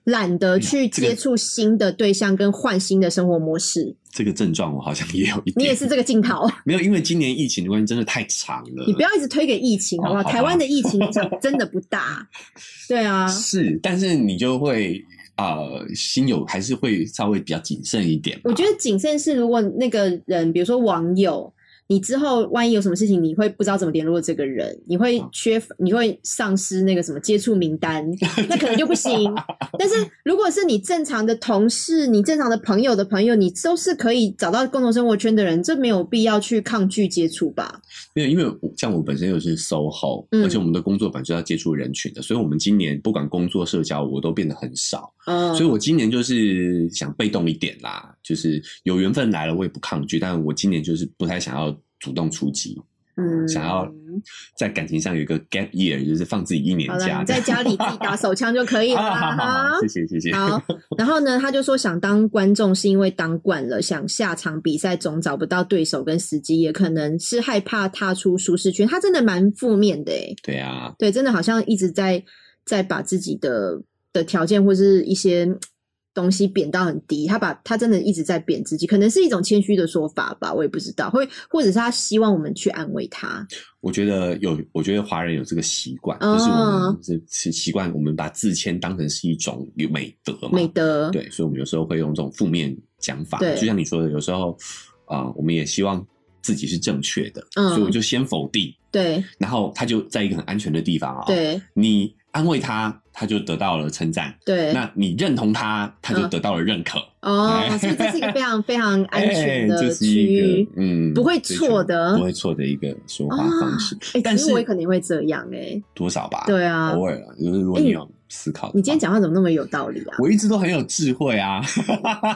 [SPEAKER 1] 懒得去
[SPEAKER 2] 哎这个
[SPEAKER 1] 接触新的对象跟换新的生活模式。
[SPEAKER 2] 这个症状我好像也有一点，
[SPEAKER 1] 你也是这个镜头。
[SPEAKER 2] 没有，因为今年疫情的关系真的太长了。
[SPEAKER 1] 你不要一直推给疫情，
[SPEAKER 2] 哦
[SPEAKER 1] 好不好？
[SPEAKER 2] 好吧
[SPEAKER 1] 台湾的疫情影响真的不 大，对啊，
[SPEAKER 2] 是，但是你就会呃，心有还是会稍微比较谨慎一点吧。
[SPEAKER 1] 我觉得谨慎是，如果那个人，比如说网友，你之后万一有什么事情，你会不知道怎么联络这个人，你会
[SPEAKER 2] 哦
[SPEAKER 1] 缺，你会丧失那个什么接触名单， 那可能就不行。但是如果是你正常的同事，你正常的朋友的朋友，你都是可以找到共同生活圈的人，这没有必要去抗拒接触吧？
[SPEAKER 2] 没有，因为我像我本身又是 SOHO，、
[SPEAKER 1] 嗯
[SPEAKER 2] 而且我们的工作本身要接触人群的，所以我们今年不管工作、社交，我都变得很少。
[SPEAKER 1] 嗯，
[SPEAKER 2] 所以我今年就是想被动一点啦，就是有缘分来了我也不抗拒，但我今年就是不太想要主动出击，
[SPEAKER 1] 嗯
[SPEAKER 2] 想要在感情上有一个 gap year，就是放自己一年
[SPEAKER 1] 好了，
[SPEAKER 2] 假。
[SPEAKER 1] 你在家里自己打手枪就可 以了
[SPEAKER 2] 啊好好
[SPEAKER 1] 啦。
[SPEAKER 2] 好，谢谢谢谢。
[SPEAKER 1] 好，然后呢，他就说想当观众是因为当惯了，想下场比赛总找不到对手跟时机，也可能是害怕踏出舒适圈。他真的蛮负面的诶，
[SPEAKER 2] 对啊，
[SPEAKER 1] 对，真的好像一直在在把自己的的条件或是一些嗯东西贬到很低。他把他真的一直在贬自己，可能是一种谦虚的说法吧，我也不知道，会或者是他希望我们去安慰他。
[SPEAKER 2] 我觉得有，我觉得华人有这个习惯，
[SPEAKER 1] 哦
[SPEAKER 2] 就是我们是是习惯，我们把自谦当成是一种美德嘛。
[SPEAKER 1] 美德，
[SPEAKER 2] 对，所以我们有时候会用这种负面讲法，
[SPEAKER 1] 对
[SPEAKER 2] 就像你说的，有时候啊、呃我们也希望自己是正确的，
[SPEAKER 1] 嗯
[SPEAKER 2] 所以我就先否定，
[SPEAKER 1] 对
[SPEAKER 2] 然后他就在一个很安全的地方啊、，
[SPEAKER 1] 对
[SPEAKER 2] 你安慰他，他就得到了称赞。
[SPEAKER 1] 对，
[SPEAKER 2] 那你认同他，他就
[SPEAKER 1] 嗯
[SPEAKER 2] 得到了认可。
[SPEAKER 1] 哦
[SPEAKER 2] 哎，
[SPEAKER 1] 所以这是一个非常非常安全
[SPEAKER 2] 哎这
[SPEAKER 1] 的
[SPEAKER 2] 是
[SPEAKER 1] 区
[SPEAKER 2] 一个
[SPEAKER 1] 域。
[SPEAKER 2] 嗯，
[SPEAKER 1] 不会
[SPEAKER 2] 这是
[SPEAKER 1] 错的
[SPEAKER 2] 不会错的一个说话方式，
[SPEAKER 1] 哎、
[SPEAKER 2] 但
[SPEAKER 1] 其实我
[SPEAKER 2] 是
[SPEAKER 1] 也肯定会这样哎、
[SPEAKER 2] 多少吧？
[SPEAKER 1] 对啊，哎
[SPEAKER 2] 偶尔啊，就是如果你有思考的话、
[SPEAKER 1] 你今天讲话怎么那么有道理 啊？
[SPEAKER 2] 我一直都很有智慧啊，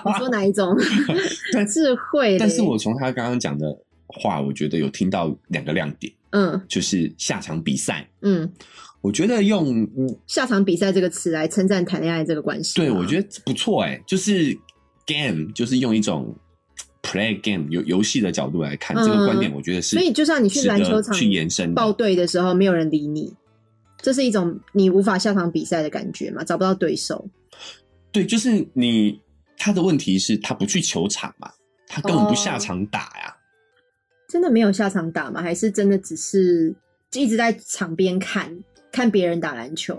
[SPEAKER 1] 你说哪一种
[SPEAKER 2] 但
[SPEAKER 1] 智慧嘞？
[SPEAKER 2] 但是我从他刚刚讲的话，我觉得有听到两个亮点，
[SPEAKER 1] 嗯
[SPEAKER 2] 就是下场比赛，
[SPEAKER 1] 嗯，
[SPEAKER 2] 我觉得用嗯
[SPEAKER 1] 下场比赛这个词来称赞谈恋爱这个关系吗，
[SPEAKER 2] 对我觉得不错哎、就是 game，就是用一种 play game 游游戏的角度来看，
[SPEAKER 1] 嗯
[SPEAKER 2] 这个观点我觉得是，
[SPEAKER 1] 所以就算你去篮球场
[SPEAKER 2] 去延伸
[SPEAKER 1] 报
[SPEAKER 2] 的，
[SPEAKER 1] 队的时候没有人理你，这是一种你无法下场比赛的感觉嘛，找不到对手。
[SPEAKER 2] 对，就是你他的问题是他不去球场嘛，他根本
[SPEAKER 1] 哦
[SPEAKER 2] 不下场打呀、
[SPEAKER 1] 真的没有下场打吗？还是真的只是一直在场边看看别人打篮球，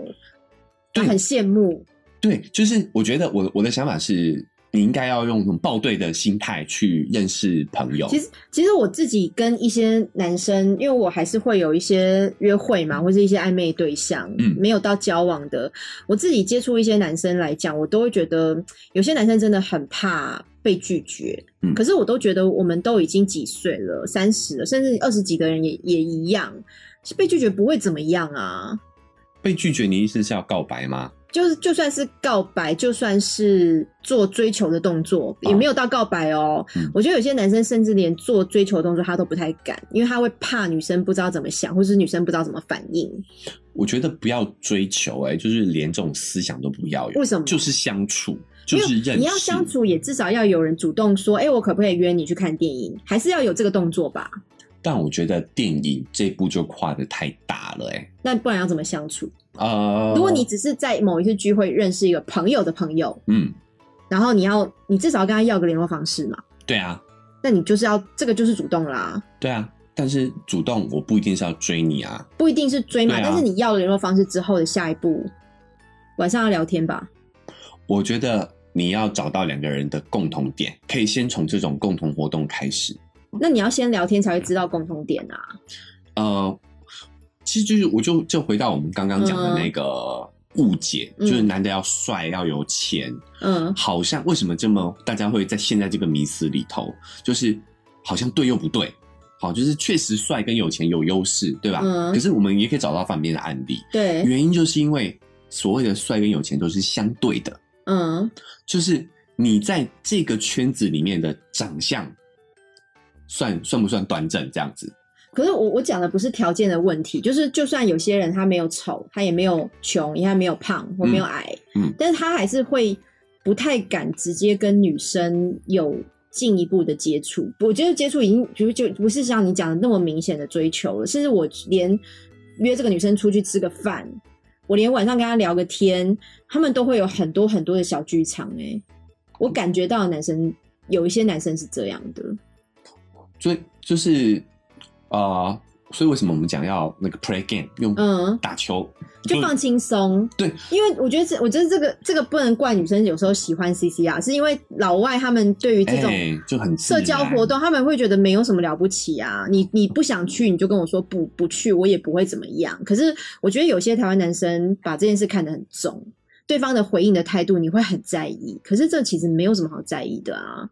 [SPEAKER 1] 他
[SPEAKER 2] 对
[SPEAKER 1] 很羡慕。
[SPEAKER 2] 对，就是我觉得我我的想法是，你应该要用那种报队的心态去认识朋友。
[SPEAKER 1] 其实，其实我自己跟一些男生，因为我还是会有一些约会嘛，或是一些暧昧对象，
[SPEAKER 2] 嗯
[SPEAKER 1] 没有到交往的。我自己接触一些男生来讲，我都会觉得有些男生真的很怕被拒绝。
[SPEAKER 2] 嗯
[SPEAKER 1] 可是我都觉得我们都已经几岁了，三十了，甚至二十几的人也也一样，被拒绝不会怎么样啊。
[SPEAKER 2] 被拒绝，你意思是要告白吗？
[SPEAKER 1] 就是就算是告白，就算是做追求的动作，也没有到告白哦。
[SPEAKER 2] 啊嗯
[SPEAKER 1] 我觉得有些男生甚至连做追求动作他都不太敢，因为他会怕女生不知道怎么想，或是女生不知道怎么反应。
[SPEAKER 2] 我觉得不要追求、哎，就是连这种思想都不要有。
[SPEAKER 1] 为什么
[SPEAKER 2] 就是相处，就
[SPEAKER 1] 因
[SPEAKER 2] 是
[SPEAKER 1] 为
[SPEAKER 2] 认识。
[SPEAKER 1] 你要相处，
[SPEAKER 2] 嗯
[SPEAKER 1] 也至少要有人主动说：“哎、我可不可以约你去看电影？”还是要有这个动作吧？
[SPEAKER 2] 但我觉得电影这步就跨的太大了、哎，
[SPEAKER 1] 那不然要怎么相处？
[SPEAKER 2] 呃，
[SPEAKER 1] 如果你只是在某一次聚会认识一个朋友的朋友，
[SPEAKER 2] 嗯，
[SPEAKER 1] 然后你要你至少要跟他要个联络方式嘛，
[SPEAKER 2] 对啊，
[SPEAKER 1] 那你就是要这个就是主动啦，
[SPEAKER 2] 对啊，但是主动我不一定是要追你啊，
[SPEAKER 1] 不一定是追嘛，
[SPEAKER 2] 对啊
[SPEAKER 1] 但是你要了联络方式之后的下一步，晚上要聊天吧。
[SPEAKER 2] 我觉得你要找到两个人的共同点，可以先从这种共同活动开始。
[SPEAKER 1] 那你要先聊天才会知道共同点啊。
[SPEAKER 2] 呃，其实就是我就就回到我们刚刚讲的那个误解，
[SPEAKER 1] 嗯
[SPEAKER 2] 就是男的要帅要有钱，
[SPEAKER 1] 嗯，
[SPEAKER 2] 好像为什么这么大家会在现在这个迷思里头，就是好像对又不对。好，就是确实帅跟有钱有优势，对吧？
[SPEAKER 1] 嗯
[SPEAKER 2] 可是我们也可以找到反面的案例，
[SPEAKER 1] 对，
[SPEAKER 2] 原因就是因为所谓的帅跟有钱都是相对的，
[SPEAKER 1] 嗯，
[SPEAKER 2] 就是你在这个圈子里面的长相，算算不算端正？这样子，
[SPEAKER 1] 可是我我讲的不是条件的问题，就是就算有些人他没有丑，他也没有穷，也没有胖或没有矮，
[SPEAKER 2] 嗯
[SPEAKER 1] 但是他还是会不太敢直接跟女生有进一步的接触。我觉得接触已经就就不是像你讲的那么明显的追求了，甚至我连约这个女生出去吃个饭，我连晚上跟她聊个天，他们都会有很多很多的小剧场、欸。我感觉到男生有一些男生是这样的，
[SPEAKER 2] 所以就是呃，所以为什么我们讲要那个 play game 用
[SPEAKER 1] 嗯。
[SPEAKER 2] 打球，
[SPEAKER 1] 就放轻松。
[SPEAKER 2] 对，
[SPEAKER 1] 因为我觉得这，我觉得这个这个不能怪女生有时候喜欢 CCR，是因为老外他们对于这种
[SPEAKER 2] 哎就很自
[SPEAKER 1] 社
[SPEAKER 2] 然
[SPEAKER 1] 交活动，他们会觉得没有什么了不起啊。你你不想去，你就跟我说不不去，我也不会怎么样。可是我觉得有些台湾男生把这件事看得很重。对方的回应的态度你会很在意，可是这其实没有什么好在意的啊！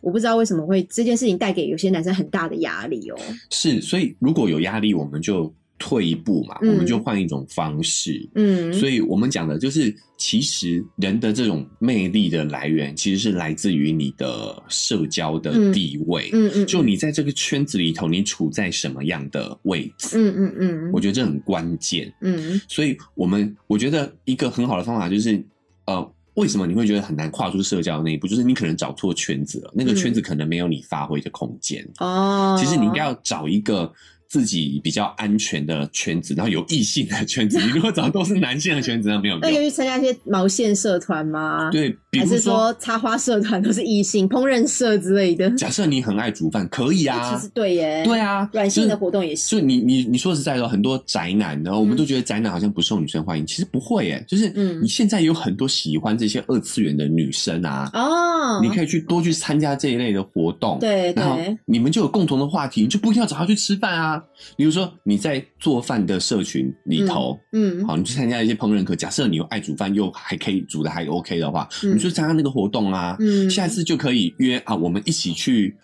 [SPEAKER 1] 我不知道为什么会这件事情带给有些男生很大的压力哦。
[SPEAKER 2] 是，所以如果有压力，我们就退一步嘛，
[SPEAKER 1] 嗯
[SPEAKER 2] 我们就换一种方式。
[SPEAKER 1] 嗯，
[SPEAKER 2] 所以我们讲的就是，其实人的这种魅力的来源，其实是来自于你的社交的
[SPEAKER 1] 嗯
[SPEAKER 2] 地位。
[SPEAKER 1] 嗯嗯，
[SPEAKER 2] 就你在这个圈子里头，你处在什么样的位置？
[SPEAKER 1] 嗯嗯嗯
[SPEAKER 2] 我觉得这很关键。
[SPEAKER 1] 嗯
[SPEAKER 2] 所以，我们我觉得一个很好的方法就是，呃，为什么你会觉得很难跨出社交的那一步？就是你可能找错圈子了，那
[SPEAKER 1] 嗯
[SPEAKER 2] 个圈子可能没有你发挥的空间。
[SPEAKER 1] 哦，
[SPEAKER 2] 其实你应该要找一个自己比较安全的圈子，然后有异性的圈子。 你如果找都是男性的圈子，那没有
[SPEAKER 1] 那有
[SPEAKER 2] 用。
[SPEAKER 1] 去参加一些毛线社团吗？，
[SPEAKER 2] 对，比
[SPEAKER 1] 还
[SPEAKER 2] 如
[SPEAKER 1] 是说插花社团都是异性，烹饪社之类的？
[SPEAKER 2] 假设你很爱煮饭，可以
[SPEAKER 1] 哎
[SPEAKER 2] 啊
[SPEAKER 1] 其实，对耶，
[SPEAKER 2] 对，啊，
[SPEAKER 1] 软性
[SPEAKER 2] 就
[SPEAKER 1] 的
[SPEAKER 2] 是
[SPEAKER 1] 活动也是，
[SPEAKER 2] 所以你你你说实在的，很多宅男，然后我们都觉得宅男好像不受女生欢迎，其实不会耶，就是
[SPEAKER 1] 嗯
[SPEAKER 2] 你现在有很多喜欢这些二次元的女生啊，
[SPEAKER 1] 哦，
[SPEAKER 2] 你可以去多去参加这一类的活动，，
[SPEAKER 1] 对
[SPEAKER 2] 然后
[SPEAKER 1] 对，
[SPEAKER 2] 你们就有共同的话题，你就不一定要找他去吃饭啊。比如说你在做饭的社群里头。
[SPEAKER 1] 嗯，
[SPEAKER 2] 好，你去参加一些烹饪课。假设你又爱煮饭，又还可以煮的还 OK 的话，
[SPEAKER 1] 嗯
[SPEAKER 2] 你去参加那个活动啊。
[SPEAKER 1] 嗯
[SPEAKER 2] 下次就可以约啊，我们一起去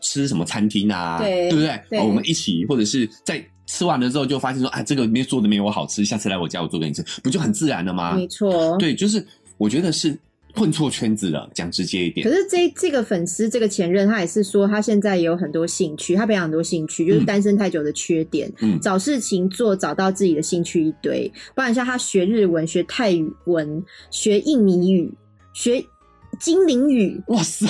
[SPEAKER 2] 吃什么餐厅啊，
[SPEAKER 1] 对
[SPEAKER 2] 不对？
[SPEAKER 1] 对
[SPEAKER 2] 哦我们一起，或者是在吃完了之后就发现说，啊，这个没做的没有我好吃，下次来我家我做给你吃，不就很自然了吗？
[SPEAKER 1] 没错，。
[SPEAKER 2] 啊对，就是我觉得是混错圈子了，讲直接一
[SPEAKER 1] 可
[SPEAKER 2] 点，
[SPEAKER 1] 是这这个粉丝这个前任，他也是说他现在也有很多兴趣，他培养很多兴趣，就是
[SPEAKER 2] 嗯
[SPEAKER 1] 单身太久的缺点，
[SPEAKER 2] 嗯
[SPEAKER 1] 找事情做，找到自己的兴趣一堆。不然像他学日文、学泰语文、学印尼语、学精灵语，
[SPEAKER 2] 哇塞，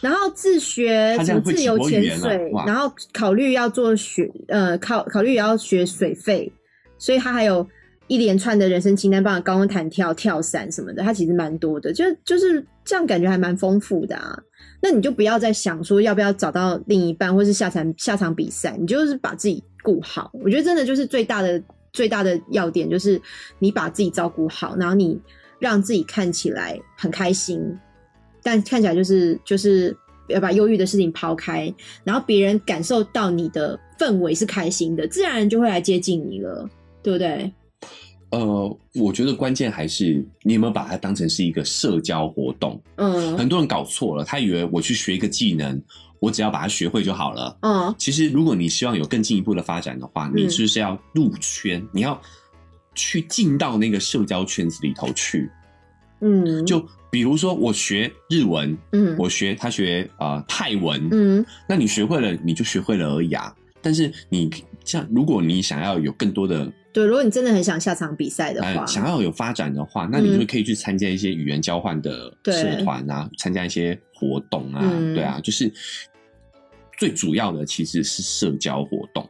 [SPEAKER 1] 然后自学
[SPEAKER 2] 他这
[SPEAKER 1] 什
[SPEAKER 2] 样
[SPEAKER 1] 么
[SPEAKER 2] 会
[SPEAKER 1] 自由
[SPEAKER 2] 几国语
[SPEAKER 1] 潜
[SPEAKER 2] 言了
[SPEAKER 1] 水
[SPEAKER 2] 哇，
[SPEAKER 1] 然后考虑要做学呃考考虑也要学水费，所以他还有一连串的人生清单，包括高空弹跳、跳伞什么的，他其实蛮多的，就就是这样感觉还蛮丰富的啊。那你就不要再想说要不要找到另一半，或是下场下场比赛，你就是把自己顾好。我觉得真的就是最大的最大的要点，就是你把自己照顾好，然后你让自己看起来很开心，但看起来就是就是要把忧郁的事情抛开，然后别人感受到你的氛围是开心的，自然而然就会来接近你了，对不对？
[SPEAKER 2] 呃，我觉得关键还是你有没有把它当成是一个社交活动。
[SPEAKER 1] 嗯
[SPEAKER 2] 很多人搞错了，他以为我去学一个技能，我只要把它学会就好了。
[SPEAKER 1] 嗯
[SPEAKER 2] 其实，如果你希望有更进一步的发展的话，
[SPEAKER 1] 嗯
[SPEAKER 2] 你就是要入圈，你要去进到那个社交圈子里头去。
[SPEAKER 1] 嗯，
[SPEAKER 2] 就比如说我学日文，
[SPEAKER 1] 嗯
[SPEAKER 2] 我学他学呃泰文，
[SPEAKER 1] 嗯
[SPEAKER 2] 那你学会了你就学会了而已啊。但是你像如果你想要有更多的
[SPEAKER 1] 对，如果你真的很想下场比赛的话，
[SPEAKER 2] 呃，想要有发展的话，那你
[SPEAKER 1] 嗯
[SPEAKER 2] 就可以去参加一些语言交换的
[SPEAKER 1] 对
[SPEAKER 2] 社团啊，参加一些活动啊，
[SPEAKER 1] 嗯
[SPEAKER 2] 对啊，就是最主要的其实是社交活动。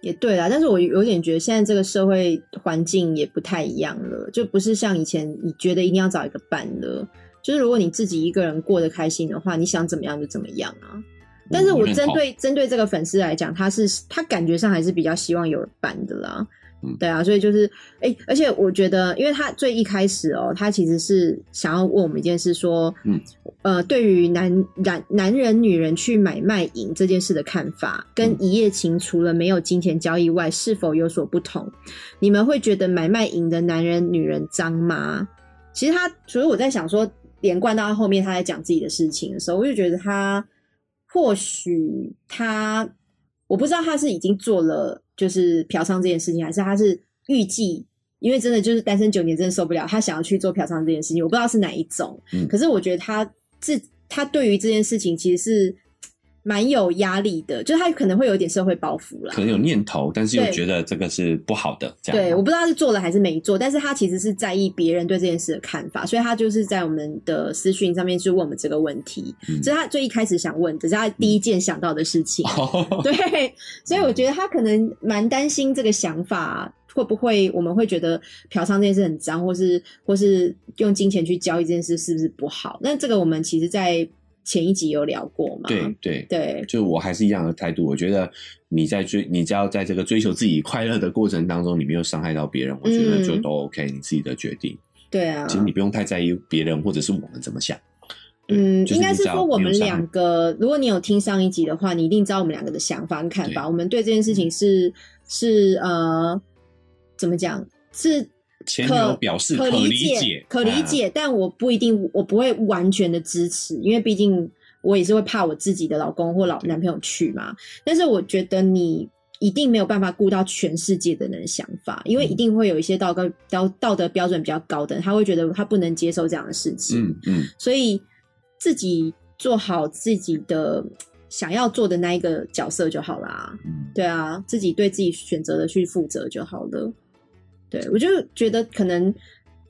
[SPEAKER 1] 也对啦，但是我有点觉得现在这个社会环境也不太一样了，就不是像以前你觉得一定要找一个伴了。就是如果你自己一个人过得开心的话，你想怎么样就怎么样啊。但是我
[SPEAKER 2] 认
[SPEAKER 1] 针
[SPEAKER 2] 同
[SPEAKER 1] 对针对这个粉丝来讲，他是他感觉上还是比较希望有人伴的啦。
[SPEAKER 2] 嗯
[SPEAKER 1] 对啊，所以就是哎、而且我觉得，因为他最一开始哦，他其实是想要问我们一件事，说，
[SPEAKER 2] 嗯，
[SPEAKER 1] 呃，对于男男男人女人去买卖淫这件事的看法，跟
[SPEAKER 2] 嗯
[SPEAKER 1] 一夜情除了没有金钱交易外，是否有所不同？你们会觉得买卖淫的男人女人脏吗？其实他，所以我在想说，连贯到他后面他在讲自己的事情的时候，我就觉得他或许他，我不知道他是已经做了就是嫖娼这件事情，还是他是预计，因为真的就是单身九年真的受不了，他想要去做嫖娼这件事情，我不知道是哪一种。
[SPEAKER 2] 嗯
[SPEAKER 1] 可是我觉得他自他对于这件事情其实是蛮有压力的，就是他可能会有点社会包袱啦
[SPEAKER 2] 可。能有念头，但是又
[SPEAKER 1] 对
[SPEAKER 2] 觉得这个是不好的，这样
[SPEAKER 1] 对，我不知道他是做了还是没做，但是他其实是在意别人对这件事的看法，所以他就是在我们的私讯上面去问我们这个问题，
[SPEAKER 2] 嗯哦
[SPEAKER 1] 这是他最一开始想问，只是他第一件想到的事情。 对，所以我
[SPEAKER 2] 嗯
[SPEAKER 1] 觉得他可能蛮担心这个想法会不会我们会觉得嫖娼这件事很脏，或是或是用金钱去交易这件事是不是不好？那这个我们其实，在前一集有聊过嘛。
[SPEAKER 2] 对对，
[SPEAKER 1] 对，
[SPEAKER 2] 就我还是一样的态度。我觉得你在追，你只要在这个追求自己快乐的过程当中，你没有伤害到别人，我觉得就
[SPEAKER 1] 嗯
[SPEAKER 2] 都 OK，、你自己的决定。
[SPEAKER 1] 对啊。
[SPEAKER 2] 其实你不用太在意别人或者是我们怎么想。对
[SPEAKER 1] 嗯，
[SPEAKER 2] 就是
[SPEAKER 1] 应该
[SPEAKER 2] 你
[SPEAKER 1] 是
[SPEAKER 2] 只要
[SPEAKER 1] 说我
[SPEAKER 2] 没有
[SPEAKER 1] 们
[SPEAKER 2] 伤害
[SPEAKER 1] 两个，如果你有听上一集的话，你一定知道我们两个的想法跟看法。
[SPEAKER 2] 对嗯
[SPEAKER 1] 我们对这件事情是是呃，怎么讲是
[SPEAKER 2] 前女
[SPEAKER 1] 可
[SPEAKER 2] 友表示
[SPEAKER 1] 可
[SPEAKER 2] 理
[SPEAKER 1] 解
[SPEAKER 2] 解，，
[SPEAKER 1] 可理
[SPEAKER 2] 啊
[SPEAKER 1] 解，但我不一定，我不会完全的支持，因为毕竟我也是会怕我自己的老公或老男朋友去嘛。但是我觉得你一定没有办法顾到全世界的人的想法，因
[SPEAKER 2] 嗯
[SPEAKER 1] 为一定会有一些道德道道德标准比较高的人，他会觉得他不能接受这样的事情，
[SPEAKER 2] 嗯嗯，
[SPEAKER 1] 所以自己做好自己的想要做的那一个角色就好啦。
[SPEAKER 2] 嗯
[SPEAKER 1] 对啊，自己对自己选择的去负责就好了。对我就觉得可能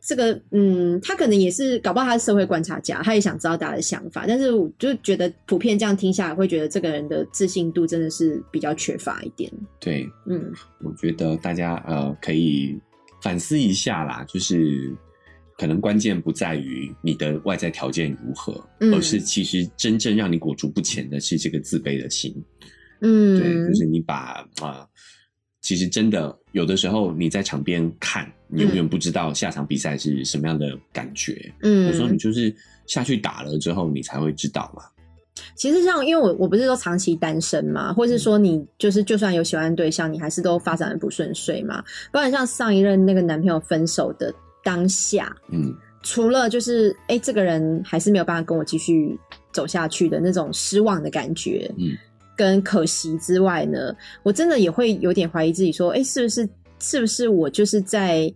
[SPEAKER 1] 这个，嗯，他可能也是，搞不好他是社会观察家，他也想知道大家的想法。但是我就觉得普遍这样听下来，会觉得这个人的自信度真的是比较缺乏一点。
[SPEAKER 2] 对，
[SPEAKER 1] 嗯，
[SPEAKER 2] 我觉得大家呃可以反思一下啦，就是可能关键不在于你的外在条件如何，
[SPEAKER 1] 嗯
[SPEAKER 2] 而是其实真正让你裹足不前的是这个自卑的心。
[SPEAKER 1] 嗯，
[SPEAKER 2] 对，就是你把啊、呃其实真的有的时候你在场边看，你永
[SPEAKER 1] 嗯
[SPEAKER 2] 远不知道下场比赛是什么样的感觉。有时候你
[SPEAKER 1] 嗯，
[SPEAKER 2] 就是下去打了之后，你才会知道嘛。
[SPEAKER 1] 其实像因为我我不是说长期单身嘛，或是说你就是就算有喜欢的对象，你还是都发展的不顺遂嘛。不然像上一任那个男朋友分手的当下，
[SPEAKER 2] 嗯，
[SPEAKER 1] 除了就是哎、诶这个人还是没有办法跟我继续走下去的那种失望的感觉，
[SPEAKER 2] 嗯，
[SPEAKER 1] 跟可惜之外呢，我真的也会有点怀疑自己说，哎、是不是是不是我就是在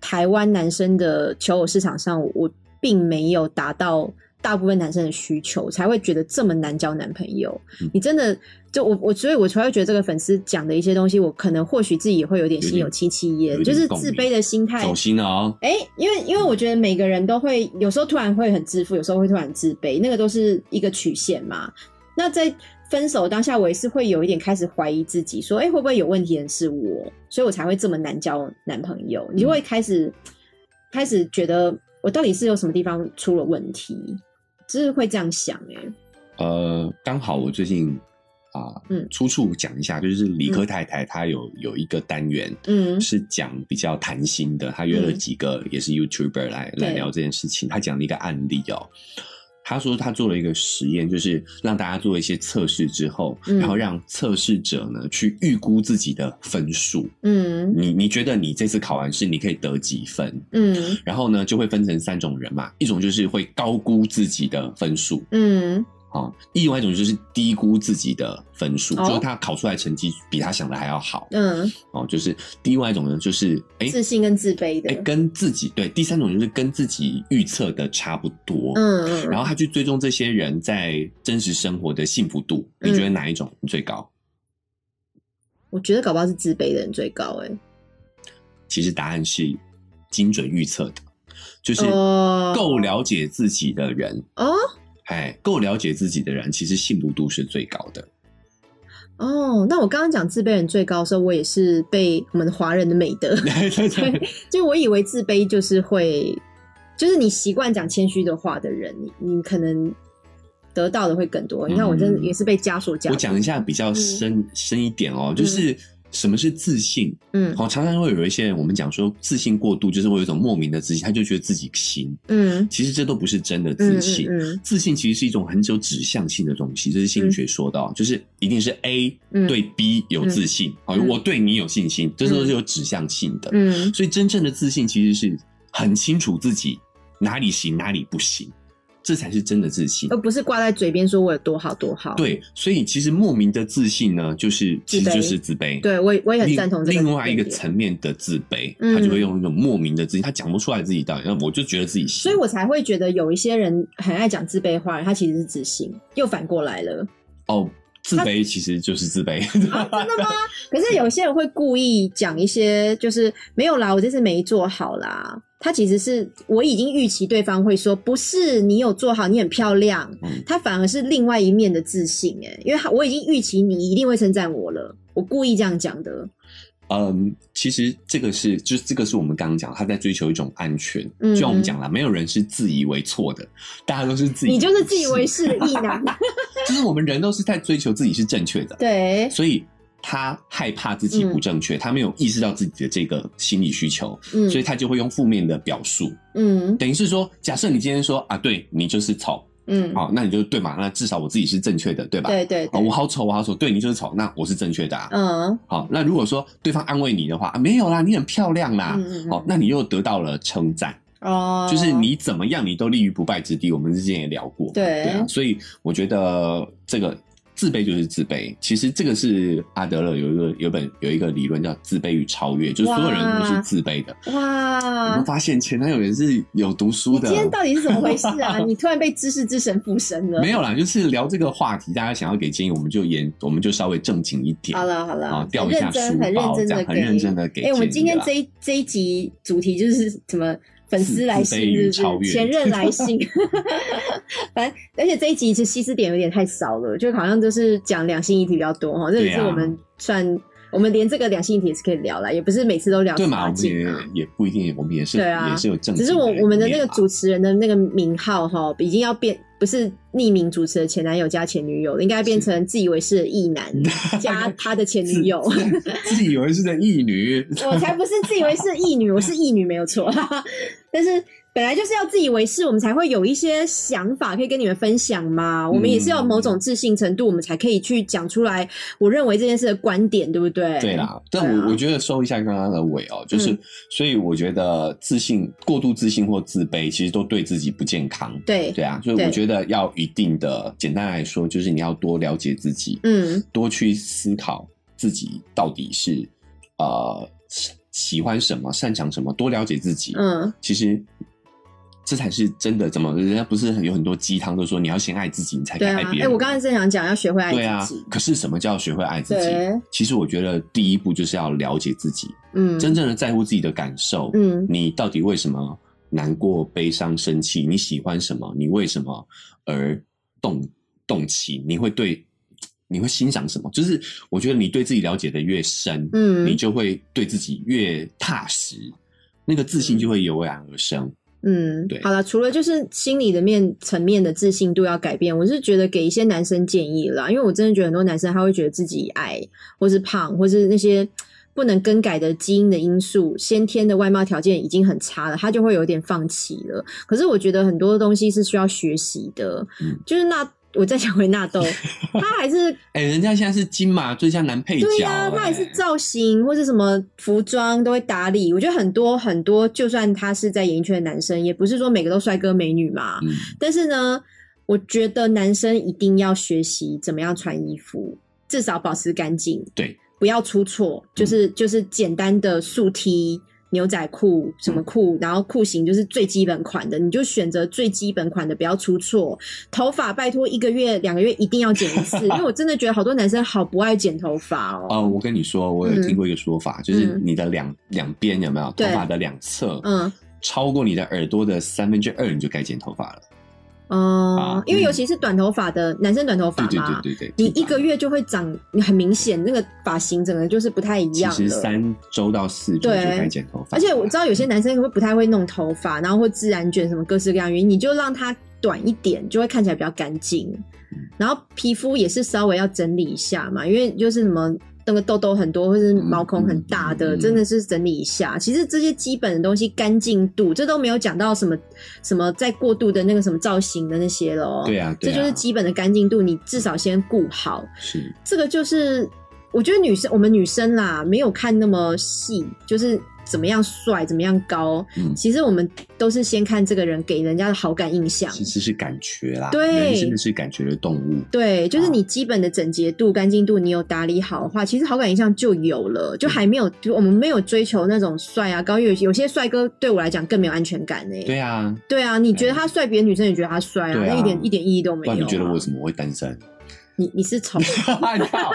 [SPEAKER 1] 台湾男生的求偶市场上，我我并没有达到。大部分男生的需求才会觉得这么难交男朋友，
[SPEAKER 2] 嗯
[SPEAKER 1] 你真的就我我，所以我才会觉得这个粉丝讲的一些东西，我可能或许自己也会有点心有戚戚
[SPEAKER 2] 有
[SPEAKER 1] 焉，
[SPEAKER 2] 点
[SPEAKER 1] 就是
[SPEAKER 2] 共鸣
[SPEAKER 1] 自卑的心态
[SPEAKER 2] 走心了哦。
[SPEAKER 1] 哎、因为因为我觉得每个人都会，有时候突然会很自负，有时候会突然自卑，那个都是一个曲线嘛。那在分手当下，我也是会有一点开始怀疑自己，说，哎、会不会有问题的人是我，所以我才会这么难交男朋友？你就会开始开始觉得我到底是有什么地方出了问题，就是会这样想、哎，
[SPEAKER 2] 呃，刚好我最近啊、
[SPEAKER 1] 嗯
[SPEAKER 2] 粗处讲一下，就是理科太太她有、有一个单元。
[SPEAKER 1] 嗯
[SPEAKER 2] 是讲比较谈心的，她约了几个也是 YouTuber 来、
[SPEAKER 1] 对
[SPEAKER 2] 来聊这件事情。她讲了一个案例哦，她说她做了一个实验，就是让大家做一些测试之后，
[SPEAKER 1] 嗯
[SPEAKER 2] 然后让测试者呢去预估自己的分数。
[SPEAKER 1] 嗯
[SPEAKER 2] 你你觉得你这次考完试你可以得几分？
[SPEAKER 1] 嗯
[SPEAKER 2] 然后呢就会分成三种人嘛，一种就是会高估自己的分数，
[SPEAKER 1] 嗯
[SPEAKER 2] 好，啊另外一种就是低估自己的分数，
[SPEAKER 1] 哦
[SPEAKER 2] 就是他考出来成绩比他想的还要好。
[SPEAKER 1] 嗯，
[SPEAKER 2] 哦，就是另外一种呢，就是哎
[SPEAKER 1] 自信跟自卑的
[SPEAKER 2] 哎，，跟自己对，第三种就是跟自己预测的差不多。
[SPEAKER 1] 嗯嗯，
[SPEAKER 2] 然
[SPEAKER 1] 后
[SPEAKER 2] 后他去追踪这些人在真实生活的幸福度，你觉得
[SPEAKER 1] 嗯
[SPEAKER 2] 哪一种最高？
[SPEAKER 1] 我觉得搞不好是自卑的人最高，哎，
[SPEAKER 2] 其实答案是精准预测的，就是
[SPEAKER 1] 哦
[SPEAKER 2] 够了解自己的人，
[SPEAKER 1] 哦
[SPEAKER 2] 哎，够了解自己的人，其实幸福度是最高的。
[SPEAKER 1] 哦，那我刚刚讲自卑人最高的时候，我也是被我们华人的美 德，就我以为自卑就是会，就是你习惯讲谦虚的话的人，你你可能得到的会更多。你看，我真的
[SPEAKER 2] 嗯
[SPEAKER 1] 也是被枷锁枷
[SPEAKER 2] 我
[SPEAKER 1] 锁。
[SPEAKER 2] 讲一下比
[SPEAKER 1] 嗯
[SPEAKER 2] 较深、深一点哦，就是什么是自信？
[SPEAKER 1] 嗯
[SPEAKER 2] 哦，常常会有一些人，我们讲说自信过度，就是会有一种莫名的自信，他就觉得自己行，
[SPEAKER 1] 嗯
[SPEAKER 2] 其实这都不是真的
[SPEAKER 1] 嗯
[SPEAKER 2] 自信。
[SPEAKER 1] 嗯
[SPEAKER 2] 自信其实是一种很有指向性的东西，这是心理学说的、哦，就是一定是 A
[SPEAKER 1] 嗯
[SPEAKER 2] 对 B 有自信，好、
[SPEAKER 1] 嗯
[SPEAKER 2] 我对你有信心，这都是有指向性的。
[SPEAKER 1] 嗯
[SPEAKER 2] 所以真正的自信其实是很清楚自己哪里行哪里不行，这才是真的自信
[SPEAKER 1] 而。不是挂在嘴边说我有多好多好。
[SPEAKER 2] 对，所以其实莫名的自信呢，就是其实
[SPEAKER 1] 自卑
[SPEAKER 2] 就是自卑。
[SPEAKER 1] 对，我也我也很
[SPEAKER 2] 另
[SPEAKER 1] 赞同这个
[SPEAKER 2] 另外一个
[SPEAKER 1] 观点
[SPEAKER 2] 层面的自卑，
[SPEAKER 1] 嗯
[SPEAKER 2] 他就会用一种莫名的自信，他讲不出来自己到底，那我就觉得自己行。
[SPEAKER 1] 所以我才会觉得有一些人很爱讲自卑话，他其实是自信，又反过来了。
[SPEAKER 2] 哦，自卑其实就是自卑。
[SPEAKER 1] 啊，真的吗？可是有些人会故意讲一些，就是没有啦，我这次没做好啦。他其实是我已经预期对方会说，不是你有做好，你很漂亮。
[SPEAKER 2] 嗯
[SPEAKER 1] 他反而是另外一面的自信、欸，因为他我已经预期你一定会称赞我了，我故意这样讲的。
[SPEAKER 2] 嗯， 其实这个是，就是这个是我们刚刚讲，他在追求一种安全。
[SPEAKER 1] 嗯
[SPEAKER 2] 就像我们讲了，没有人是自以为错的，大家都是自以
[SPEAKER 1] 你就是自以为
[SPEAKER 2] 是，
[SPEAKER 1] 是的意男，
[SPEAKER 2] 就是我们人都是在追求自己是正确的，
[SPEAKER 1] 对，
[SPEAKER 2] 所以他害怕自己不正确，他没有意识到自己的这个心理需求，
[SPEAKER 1] 嗯
[SPEAKER 2] 所以他就会用负面的表述，
[SPEAKER 1] 嗯
[SPEAKER 2] 等于是说，假设你今天说啊，对你就是丑，
[SPEAKER 1] 嗯，
[SPEAKER 2] 好、那你就对嘛，那至少我自己是正确的，对吧？
[SPEAKER 1] 对对
[SPEAKER 2] 哦，
[SPEAKER 1] 对
[SPEAKER 2] 我，好丑，我好丑，对你就是丑，那我是正确的啊。
[SPEAKER 1] 嗯
[SPEAKER 2] 好，那如果说对方安慰你的话，啊、没有啦，你很漂亮啦，
[SPEAKER 1] 嗯嗯嗯
[SPEAKER 2] 哦，那你又得到了称赞，
[SPEAKER 1] 哦，
[SPEAKER 2] 就是你怎么样，你都立于不败之地。我们之前也聊过嘛，
[SPEAKER 1] 对
[SPEAKER 2] 啊，所以我觉得这个自卑就是自卑。其实这个是阿德勒有一个有本有一个理论叫自卑与超越，就是所有人都是自卑的。你
[SPEAKER 1] 哇
[SPEAKER 2] 会，发现前男友也是有读书
[SPEAKER 1] 你
[SPEAKER 2] 的
[SPEAKER 1] 今。天到底是怎么回事 啊？你突然被知识之神附身了
[SPEAKER 2] 没。有啦，就是聊这个话题，大家想要给建议，我们就演，我们就稍微正经一点。
[SPEAKER 1] 好了好
[SPEAKER 2] 啊
[SPEAKER 1] 了，
[SPEAKER 2] 掉
[SPEAKER 1] 很
[SPEAKER 2] 一下
[SPEAKER 1] 认
[SPEAKER 2] 书
[SPEAKER 1] 真很认
[SPEAKER 2] 包
[SPEAKER 1] 真
[SPEAKER 2] 这
[SPEAKER 1] 的
[SPEAKER 2] 样很认真的给
[SPEAKER 1] 哎、我们
[SPEAKER 2] 建
[SPEAKER 1] 今
[SPEAKER 2] 议
[SPEAKER 1] 天
[SPEAKER 2] 啦
[SPEAKER 1] 这一这一集主题就是什么？粉
[SPEAKER 2] 自
[SPEAKER 1] 丝来
[SPEAKER 2] 自卑
[SPEAKER 1] 信
[SPEAKER 2] 与
[SPEAKER 1] 是不是
[SPEAKER 2] 超越
[SPEAKER 1] 前任来 信， 反正而且这一集其实西斯点有点太少了，就好像就是讲两性议题比较多哈，这也
[SPEAKER 2] 对
[SPEAKER 1] 是
[SPEAKER 2] 啊
[SPEAKER 1] 我们算、我们连这个两性议题也是可以聊啦，也不是每次都聊
[SPEAKER 2] 对
[SPEAKER 1] 十
[SPEAKER 2] 嘛，
[SPEAKER 1] 八
[SPEAKER 2] 我们也
[SPEAKER 1] 禁啊。
[SPEAKER 2] 也不一定，我们也是、
[SPEAKER 1] 对啊
[SPEAKER 2] 也是有正经
[SPEAKER 1] 只是
[SPEAKER 2] 的人
[SPEAKER 1] 我
[SPEAKER 2] 面嘛，
[SPEAKER 1] 我们的那个主持人的那个名号哈，已经要变不是匿名主持的前男友加前女友了，应该变
[SPEAKER 2] 是
[SPEAKER 1] 成自以为是的异 男加他的前女友。
[SPEAKER 2] 自己以为是个异女，
[SPEAKER 1] 我才不是自以为是异女，我是异女没有错， 但是本来就是要自以为是，我们才会有一些想法可以跟你们分享嘛。我们也是要有某
[SPEAKER 2] 嗯
[SPEAKER 1] 种自信程度，我们才可以去讲出来我认为这件事的观点，对不对？
[SPEAKER 2] 对，啦，但
[SPEAKER 1] 对
[SPEAKER 2] 我、
[SPEAKER 1] 啊
[SPEAKER 2] 我觉得收一下刚刚的尾哦，就是、
[SPEAKER 1] 嗯
[SPEAKER 2] 所以我觉得自信过度自信或自卑，其实都对自己不健康。
[SPEAKER 1] 对，
[SPEAKER 2] 对啊，所以
[SPEAKER 1] 对
[SPEAKER 2] 我觉得要一定的，简单来说，就是你要多了解自己，
[SPEAKER 1] 嗯
[SPEAKER 2] 多去思考自己到底是呃喜喜欢什么，擅长什么，多了解自己。
[SPEAKER 1] 嗯，
[SPEAKER 2] 其实这才是真的。怎么人家不是有很多鸡汤都说你要先爱自己，你才可
[SPEAKER 1] 对
[SPEAKER 2] 以
[SPEAKER 1] 啊
[SPEAKER 2] 爱。别
[SPEAKER 1] 哎、
[SPEAKER 2] 人？
[SPEAKER 1] 我刚才正想讲要学会爱
[SPEAKER 2] 对啊
[SPEAKER 1] 自己，，
[SPEAKER 2] 可是什么叫学会爱自己
[SPEAKER 1] 对？
[SPEAKER 2] 其实我觉得第一步就是要了解自己，
[SPEAKER 1] 嗯，
[SPEAKER 2] 真正的在乎自己的感受。
[SPEAKER 1] 嗯
[SPEAKER 2] 你到底为什么难过、悲伤、生气？你喜欢什么？你为什么而动动情？你会对，你会欣赏什么？就是我觉得你对自己了解的越深，你
[SPEAKER 1] 嗯
[SPEAKER 2] 就会对自己越踏实，那个自信就会油然而生。
[SPEAKER 1] 嗯
[SPEAKER 2] 对，
[SPEAKER 1] 好了，除了就是心理的面层面的自信度要改变，我是觉得给一些男生建议啦，因为我真的觉得很多男生他会觉得自己矮，或是胖，或是那些不能更改的基因的因素、先天的外貌条件已经很差了，他就会有点放弃了。可是我觉得很多东西是需要学习的，
[SPEAKER 2] 嗯
[SPEAKER 1] 就是那我再讲回纳 豆，他还是
[SPEAKER 2] 哎、人家现在是金马最佳男配角、
[SPEAKER 1] 对呀、
[SPEAKER 2] 哎
[SPEAKER 1] 他也是造型或是什么服装都会打理。我觉得很多很多，就算他是在演艺圈的男生，也不是说每个都帅哥美女嘛。
[SPEAKER 2] 嗯
[SPEAKER 1] 但是呢，我觉得男生一定要学习怎么样穿衣服，至少保持干净，
[SPEAKER 2] 对，嗯
[SPEAKER 1] 不要出错，就是、就是简单的素 T、牛仔裤什
[SPEAKER 2] 嗯
[SPEAKER 1] 么裤，然后裤型就是最基本款的，你就选择最基本款的，不要出错。头发拜托一个月、两个月一定要剪 一次，因为我真的觉得好多男生好不爱剪头发哦。
[SPEAKER 2] 哦，我跟你说，我有听过一个说法，就是
[SPEAKER 1] 嗯
[SPEAKER 2] 你的两两边有没有头
[SPEAKER 1] 对
[SPEAKER 2] 发的两侧，
[SPEAKER 1] 嗯
[SPEAKER 2] 超过你的耳朵的三分之二，你就该剪头发了。
[SPEAKER 1] 哦
[SPEAKER 2] 啊，
[SPEAKER 1] 因为
[SPEAKER 2] 嗯
[SPEAKER 1] 尤其是短头发的男生，短头发
[SPEAKER 2] 对
[SPEAKER 1] 嘛，
[SPEAKER 2] 对对对对，
[SPEAKER 1] 你
[SPEAKER 2] 剃
[SPEAKER 1] 一
[SPEAKER 2] 发
[SPEAKER 1] 个月就会长，你很明显那个发型整个就是不太一
[SPEAKER 2] 其
[SPEAKER 1] 样
[SPEAKER 2] 实
[SPEAKER 1] 了。
[SPEAKER 2] 三周到四周
[SPEAKER 1] 对
[SPEAKER 2] 就该剪头发，
[SPEAKER 1] 而且我知道有些男生可能不太会弄头发，然后或自然卷什么各式各样的原因，你就让它短一点，就会看起来比较干净。
[SPEAKER 2] 嗯
[SPEAKER 1] 然后皮肤也是稍微要整理一下嘛，因为就是什么那个痘痘很多，或是毛孔很大的，
[SPEAKER 2] 嗯嗯嗯嗯
[SPEAKER 1] 真的是整理一下。其实这些基本的东西，干净度这都没有讲到什么什么在过度的那个什么造型的那些咯。
[SPEAKER 2] 对啊，对
[SPEAKER 1] 这
[SPEAKER 2] 啊，
[SPEAKER 1] 就是基本的干净度，你至少先顾好。
[SPEAKER 2] 是
[SPEAKER 1] 这个就是我觉得女生我们女生啦，没有看那么细，就是怎么样帅，怎么样高，
[SPEAKER 2] 嗯
[SPEAKER 1] 其实我们都是先看这个人给人家的好感印象。
[SPEAKER 2] 其实是感觉啦，
[SPEAKER 1] 对
[SPEAKER 2] 人真的是感觉的动物。
[SPEAKER 1] 对，就是
[SPEAKER 2] 啊
[SPEAKER 1] 你基本的整洁度、干净度，你有打理好的话，其实好感印象就有了，就还没有，就我们没有追求那种帅啊高，因为有有些帅哥对我来讲更没有安全感呢、欸
[SPEAKER 2] 对啊，
[SPEAKER 1] 对啊，你觉得他帅，别的女生也觉得他帅啊，
[SPEAKER 2] 对啊
[SPEAKER 1] 那一点一点意义都没
[SPEAKER 2] 不
[SPEAKER 1] 有、啊。
[SPEAKER 2] 然你觉得我怎么会单身？
[SPEAKER 1] 你你是丑，
[SPEAKER 2] 开玩笑，